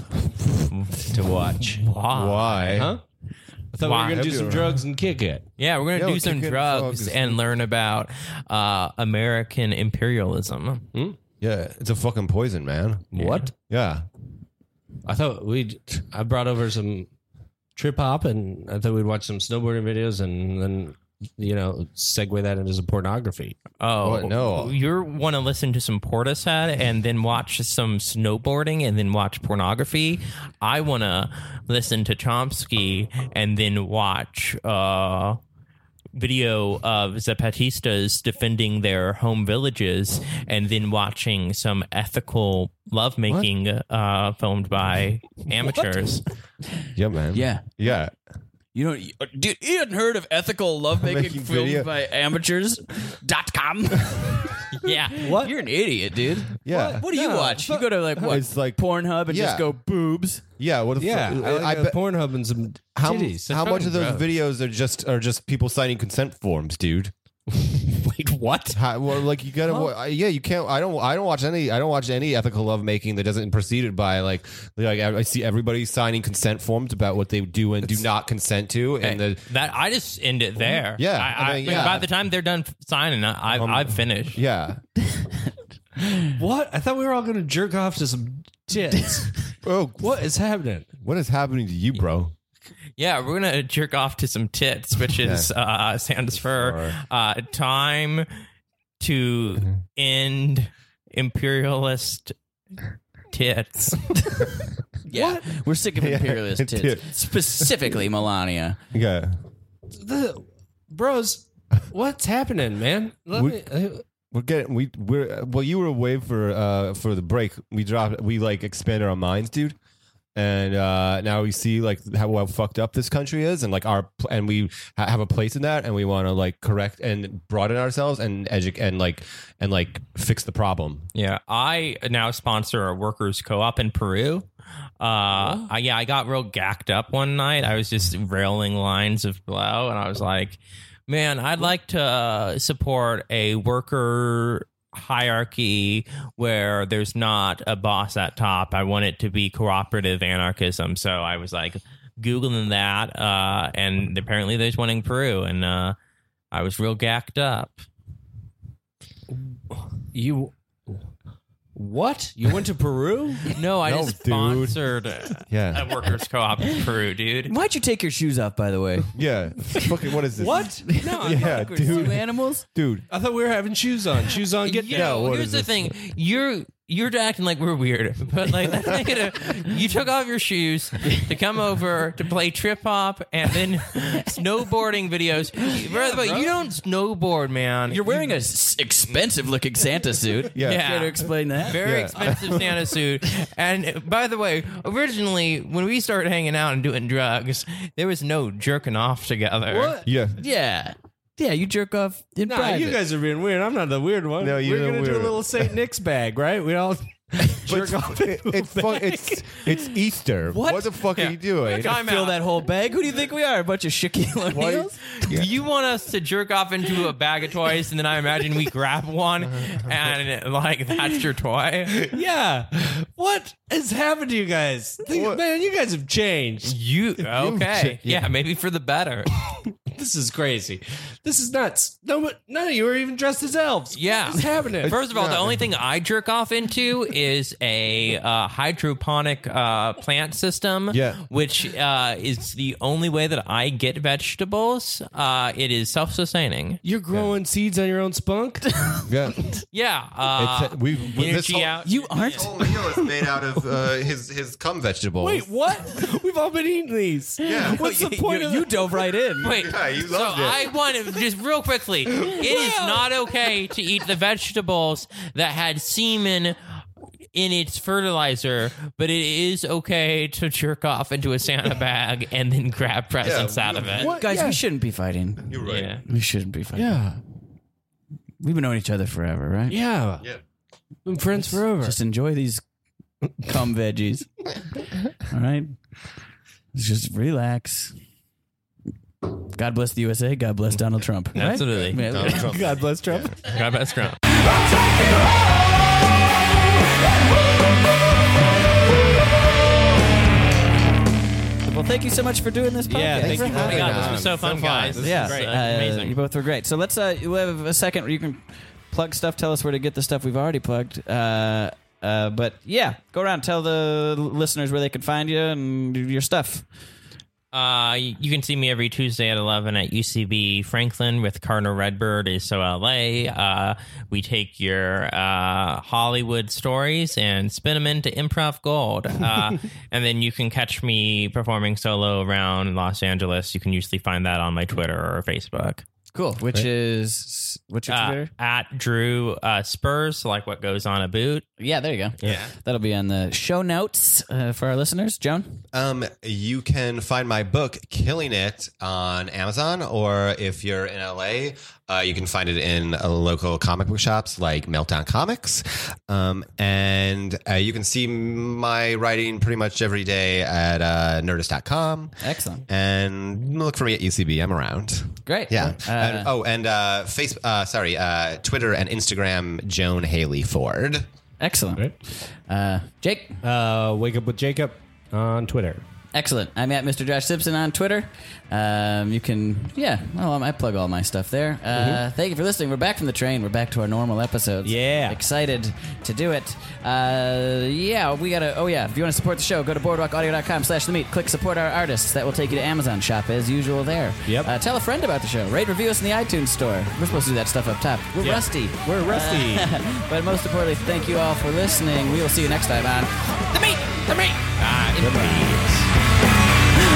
Speaker 8: to watch.
Speaker 6: Wow.
Speaker 9: why?
Speaker 8: Huh? I thought
Speaker 6: Why?
Speaker 8: we were going to do
Speaker 9: Hope
Speaker 8: some
Speaker 9: you're
Speaker 8: drugs and kick it.
Speaker 6: Yeah, we're
Speaker 9: Yo,
Speaker 6: going to do some
Speaker 9: kick it,
Speaker 6: drugs
Speaker 9: frogs.
Speaker 6: and learn about uh, American imperialism.
Speaker 9: Yeah, it's a fucking poison, man.
Speaker 8: What?
Speaker 9: Yeah,
Speaker 8: I thought we'd. I brought over some trip hop and I thought we'd watch some snowboarding videos and then
Speaker 5: you know, segue that into some pornography.
Speaker 6: Oh
Speaker 4: Oh, no.
Speaker 6: You want to listen to some Portishead and then watch some snowboarding and then watch pornography. I want to listen to Chomsky and then watch uh, video of Zapatistas defending their home villages and then watching some ethical lovemaking uh, filmed by amateurs.
Speaker 4: Yeah, man.
Speaker 3: Yeah.
Speaker 4: Yeah.
Speaker 3: You don't, you- uh, dude, you hadn't heard of ethical lovemaking
Speaker 4: Making
Speaker 3: filmed
Speaker 4: video.
Speaker 3: by amateurs.com?
Speaker 6: yeah.
Speaker 3: what? You're an idiot, dude.
Speaker 4: Yeah.
Speaker 3: What, what do you watch? You go to like what?
Speaker 4: It's like-
Speaker 3: Pornhub and just
Speaker 4: Yeah.
Speaker 3: go boobs.
Speaker 4: Yeah. What if,
Speaker 5: Yeah, I,
Speaker 4: I uh,
Speaker 5: like
Speaker 4: bet-
Speaker 5: Pornhub and some
Speaker 4: how,
Speaker 5: titties.
Speaker 4: how much of those videos are just are just people signing consent forms, dude?
Speaker 5: Wait, what?
Speaker 4: How, well, like you gotta, wa- uh, yeah, you can't. I don't. I don't watch any. I don't watch any ethical lovemaking that doesn't precede it by like, like I I see everybody signing consent forms about what they do and do not consent to, and the
Speaker 6: That I just end it there.
Speaker 4: Yeah,
Speaker 6: I,
Speaker 4: I
Speaker 6: I,
Speaker 4: mean, yeah.
Speaker 6: By the time they're done signing, I, I, I've finished.
Speaker 4: yeah.
Speaker 5: What? I thought we were all going to jerk off to some tits.
Speaker 4: Oh,
Speaker 5: what is happening?
Speaker 4: what is happening to you, bro?
Speaker 6: Yeah, we're gonna jerk off to some tits, which is uh, stands for uh, time to end imperialist tits.
Speaker 3: Yeah. We're sick of imperialist
Speaker 4: Yeah,
Speaker 3: tits.
Speaker 4: tits.
Speaker 3: Specifically Melania.
Speaker 4: Yeah.
Speaker 5: The, bros, what's happening, man? Let
Speaker 4: We-
Speaker 5: me, uh,
Speaker 4: We're getting we we're well. You were away for uh for the break. We dropped. We like expanded our minds, dude. And uh now we see like how, how fucked up this country is, and like our pl- and we ha- have a place in that, and we want to like correct and broaden ourselves and educate and like and like fix the problem.
Speaker 6: Yeah, I now sponsor a workers' co-op in Peru. Uh, I, yeah, I got real gacked up one night. I was just railing lines of blow, and I was like, "Man, I'd like to uh, support a worker hierarchy where there's not a boss at top. I want it to be cooperative anarchism." So I was like googling that, uh, and apparently there's one in Peru, and uh, I was real gacked up.
Speaker 5: you. What? You went to Peru?
Speaker 6: No, I
Speaker 4: No,
Speaker 6: just
Speaker 4: dude.
Speaker 6: sponsored
Speaker 4: Yeah.
Speaker 6: a workers co-op in Peru, dude.
Speaker 3: Why'd you take your shoes off, by the way?
Speaker 4: Yeah. Fucking what is this?
Speaker 5: what?
Speaker 6: No,
Speaker 4: Yeah,
Speaker 3: Two
Speaker 4: dude.
Speaker 3: animals?
Speaker 4: Dude.
Speaker 5: I thought we were having shoes on. Shoes on, get
Speaker 6: yeah,
Speaker 5: down.
Speaker 4: what
Speaker 6: here's
Speaker 4: is
Speaker 6: the
Speaker 4: this?
Speaker 6: thing. You're you're acting like we're weird, but like let's make it a, you took off your shoes to come over to play trip hop and then snowboarding videos. By the way, you don't snowboard, man.
Speaker 3: You're wearing a s- expensive looking Santa suit.
Speaker 4: Yeah.
Speaker 6: Yeah.
Speaker 3: Care to explain that?
Speaker 6: very
Speaker 4: Yeah.
Speaker 6: expensive Santa suit. And by the way, originally when we started hanging out and doing drugs, there was no jerking off together.
Speaker 5: What?
Speaker 4: Yeah.
Speaker 3: yeah. Yeah, you jerk off in
Speaker 5: Nah,
Speaker 3: private.
Speaker 5: you guys are being weird. I'm not the weird one.
Speaker 4: No, you're
Speaker 5: We're
Speaker 4: the
Speaker 5: gonna do
Speaker 4: weird
Speaker 5: a little
Speaker 4: one.
Speaker 5: Saint Nick's bag, right? We all jerk off.
Speaker 4: It- it's fu- it's it's Easter. What, the fuck are you doing?
Speaker 6: Time
Speaker 3: fill
Speaker 6: out.
Speaker 3: that whole bag. Who do you think we are? A bunch of Shaquille O'Neals?
Speaker 6: You want us to jerk off into a bag of toys, and then I imagine we grab one, and like that's your toy.
Speaker 5: Yeah. What has happened to you guys? Think-
Speaker 4: What?
Speaker 5: Man, you guys have changed.
Speaker 6: You okay? Yeah. maybe for the better.
Speaker 5: This is crazy. This is nuts. No, but none of you are even dressed as elves.
Speaker 6: Yeah.
Speaker 5: What's happening?
Speaker 6: First of all, the only thing I jerk off into is a uh, hydroponic uh, plant system,
Speaker 4: Yeah.
Speaker 6: which uh, is the only way that I get vegetables. Uh, it is self-sustaining.
Speaker 5: You're growing seeds on your own spunk?
Speaker 4: Yeah.
Speaker 6: Yeah, uh,
Speaker 4: It's- we've- this
Speaker 6: energy
Speaker 4: whole-
Speaker 6: out.
Speaker 3: You aren't?
Speaker 5: Oh,
Speaker 4: whole meal is made out of uh, his his cum vegetables.
Speaker 5: Wait, what? We've all been eating these.
Speaker 4: Yeah.
Speaker 5: What's the point
Speaker 3: you,
Speaker 5: of
Speaker 3: you
Speaker 5: that?
Speaker 3: dove right in.
Speaker 6: Wait,
Speaker 4: Yeah, you
Speaker 6: so
Speaker 4: loved it.
Speaker 6: I want to just real quickly. It is not okay to eat the vegetables that had semen in its fertilizer, but it is okay to jerk off into a Santa bag and then grab presents out of it.
Speaker 3: Guys, we shouldn't be fighting.
Speaker 4: You're right.
Speaker 6: Yeah.
Speaker 3: We shouldn't be fighting.
Speaker 5: Yeah.
Speaker 3: We've been knowing each other forever, right?
Speaker 5: Yeah.
Speaker 4: Yeah.
Speaker 5: Been friends forever.
Speaker 3: Just enjoy these cum veggies. All right. Just relax. God bless the USA. God bless Donald Trump. right?
Speaker 6: Absolutely.
Speaker 3: Yeah,
Speaker 5: God bless Trump.
Speaker 6: God bless Trump.
Speaker 3: Well, thank you so much for doing this podcast.
Speaker 5: Yeah, thank you for
Speaker 6: Oh my God, this was so fun, guys. This
Speaker 3: yeah,
Speaker 6: is great.
Speaker 3: uh,
Speaker 6: amazing.
Speaker 3: you both were great. So let's uh, we have a second where you can plug stuff. Tell us where to get the stuff we've already plugged. Uh, uh, but yeah, go around tell the listeners where they can find you and your stuff.
Speaker 6: Uh, you you can see me every Tuesday at 11 at UCB Franklin with Cardinal Redbird, ISO LA. Uh, we take your uh, Hollywood stories and spin them into improv gold. Uh, and then you can catch me performing solo around Los Angeles. You can usually find that on my Twitter or Facebook.
Speaker 3: Cool. Ah, Which is what's your
Speaker 6: Uh,
Speaker 3: Twitter?
Speaker 6: at Drew uh, Spurs, like what goes on a boot.
Speaker 3: Yeah, there you go. Yeah, that'll be on the show notes uh, for our listeners. Joan,
Speaker 4: Um, you can find my book "Killing It" on Amazon, or if you're in LA, uh, you can find it in uh, local comic book shops like Meltdown Comics. Um, and uh, you can see my writing pretty much every day at uh, Nerdist.com.
Speaker 3: excellent,
Speaker 4: And look for me at UCB. I'm around.
Speaker 3: great.
Speaker 4: Uh, Yeah.
Speaker 3: Uh,
Speaker 4: and, oh, and uh, Facebook. Uh, sorry, uh, Twitter and Instagram. Joan Haley Ford.
Speaker 3: excellent. Uh, Jake,
Speaker 5: Uh, wake up with Jacob on Twitter.
Speaker 3: Excellent. I'm at Mr. Josh Simpson on Twitter. Um, you can, yeah, well, I plug all my stuff there. Uh, Thank you for listening. We're back from the train. We're back to our normal episodes.
Speaker 5: Mm-hmm. Yeah.
Speaker 3: Excited to do it. Uh, yeah, we got to, oh, yeah, if you want to support the show, go to boardwalkaudio.com slash the meet. Click support our artists. That will take you to Amazon shop as usual there.
Speaker 5: Yep.
Speaker 3: Uh, tell a friend about the show. Rate, review us in the iTunes store. We're supposed to do that stuff up top. We're
Speaker 5: Yeah.
Speaker 3: rusty.
Speaker 5: We're rusty.
Speaker 3: But most importantly, thank you all for listening. We will see you next time on The Meet! The Meet!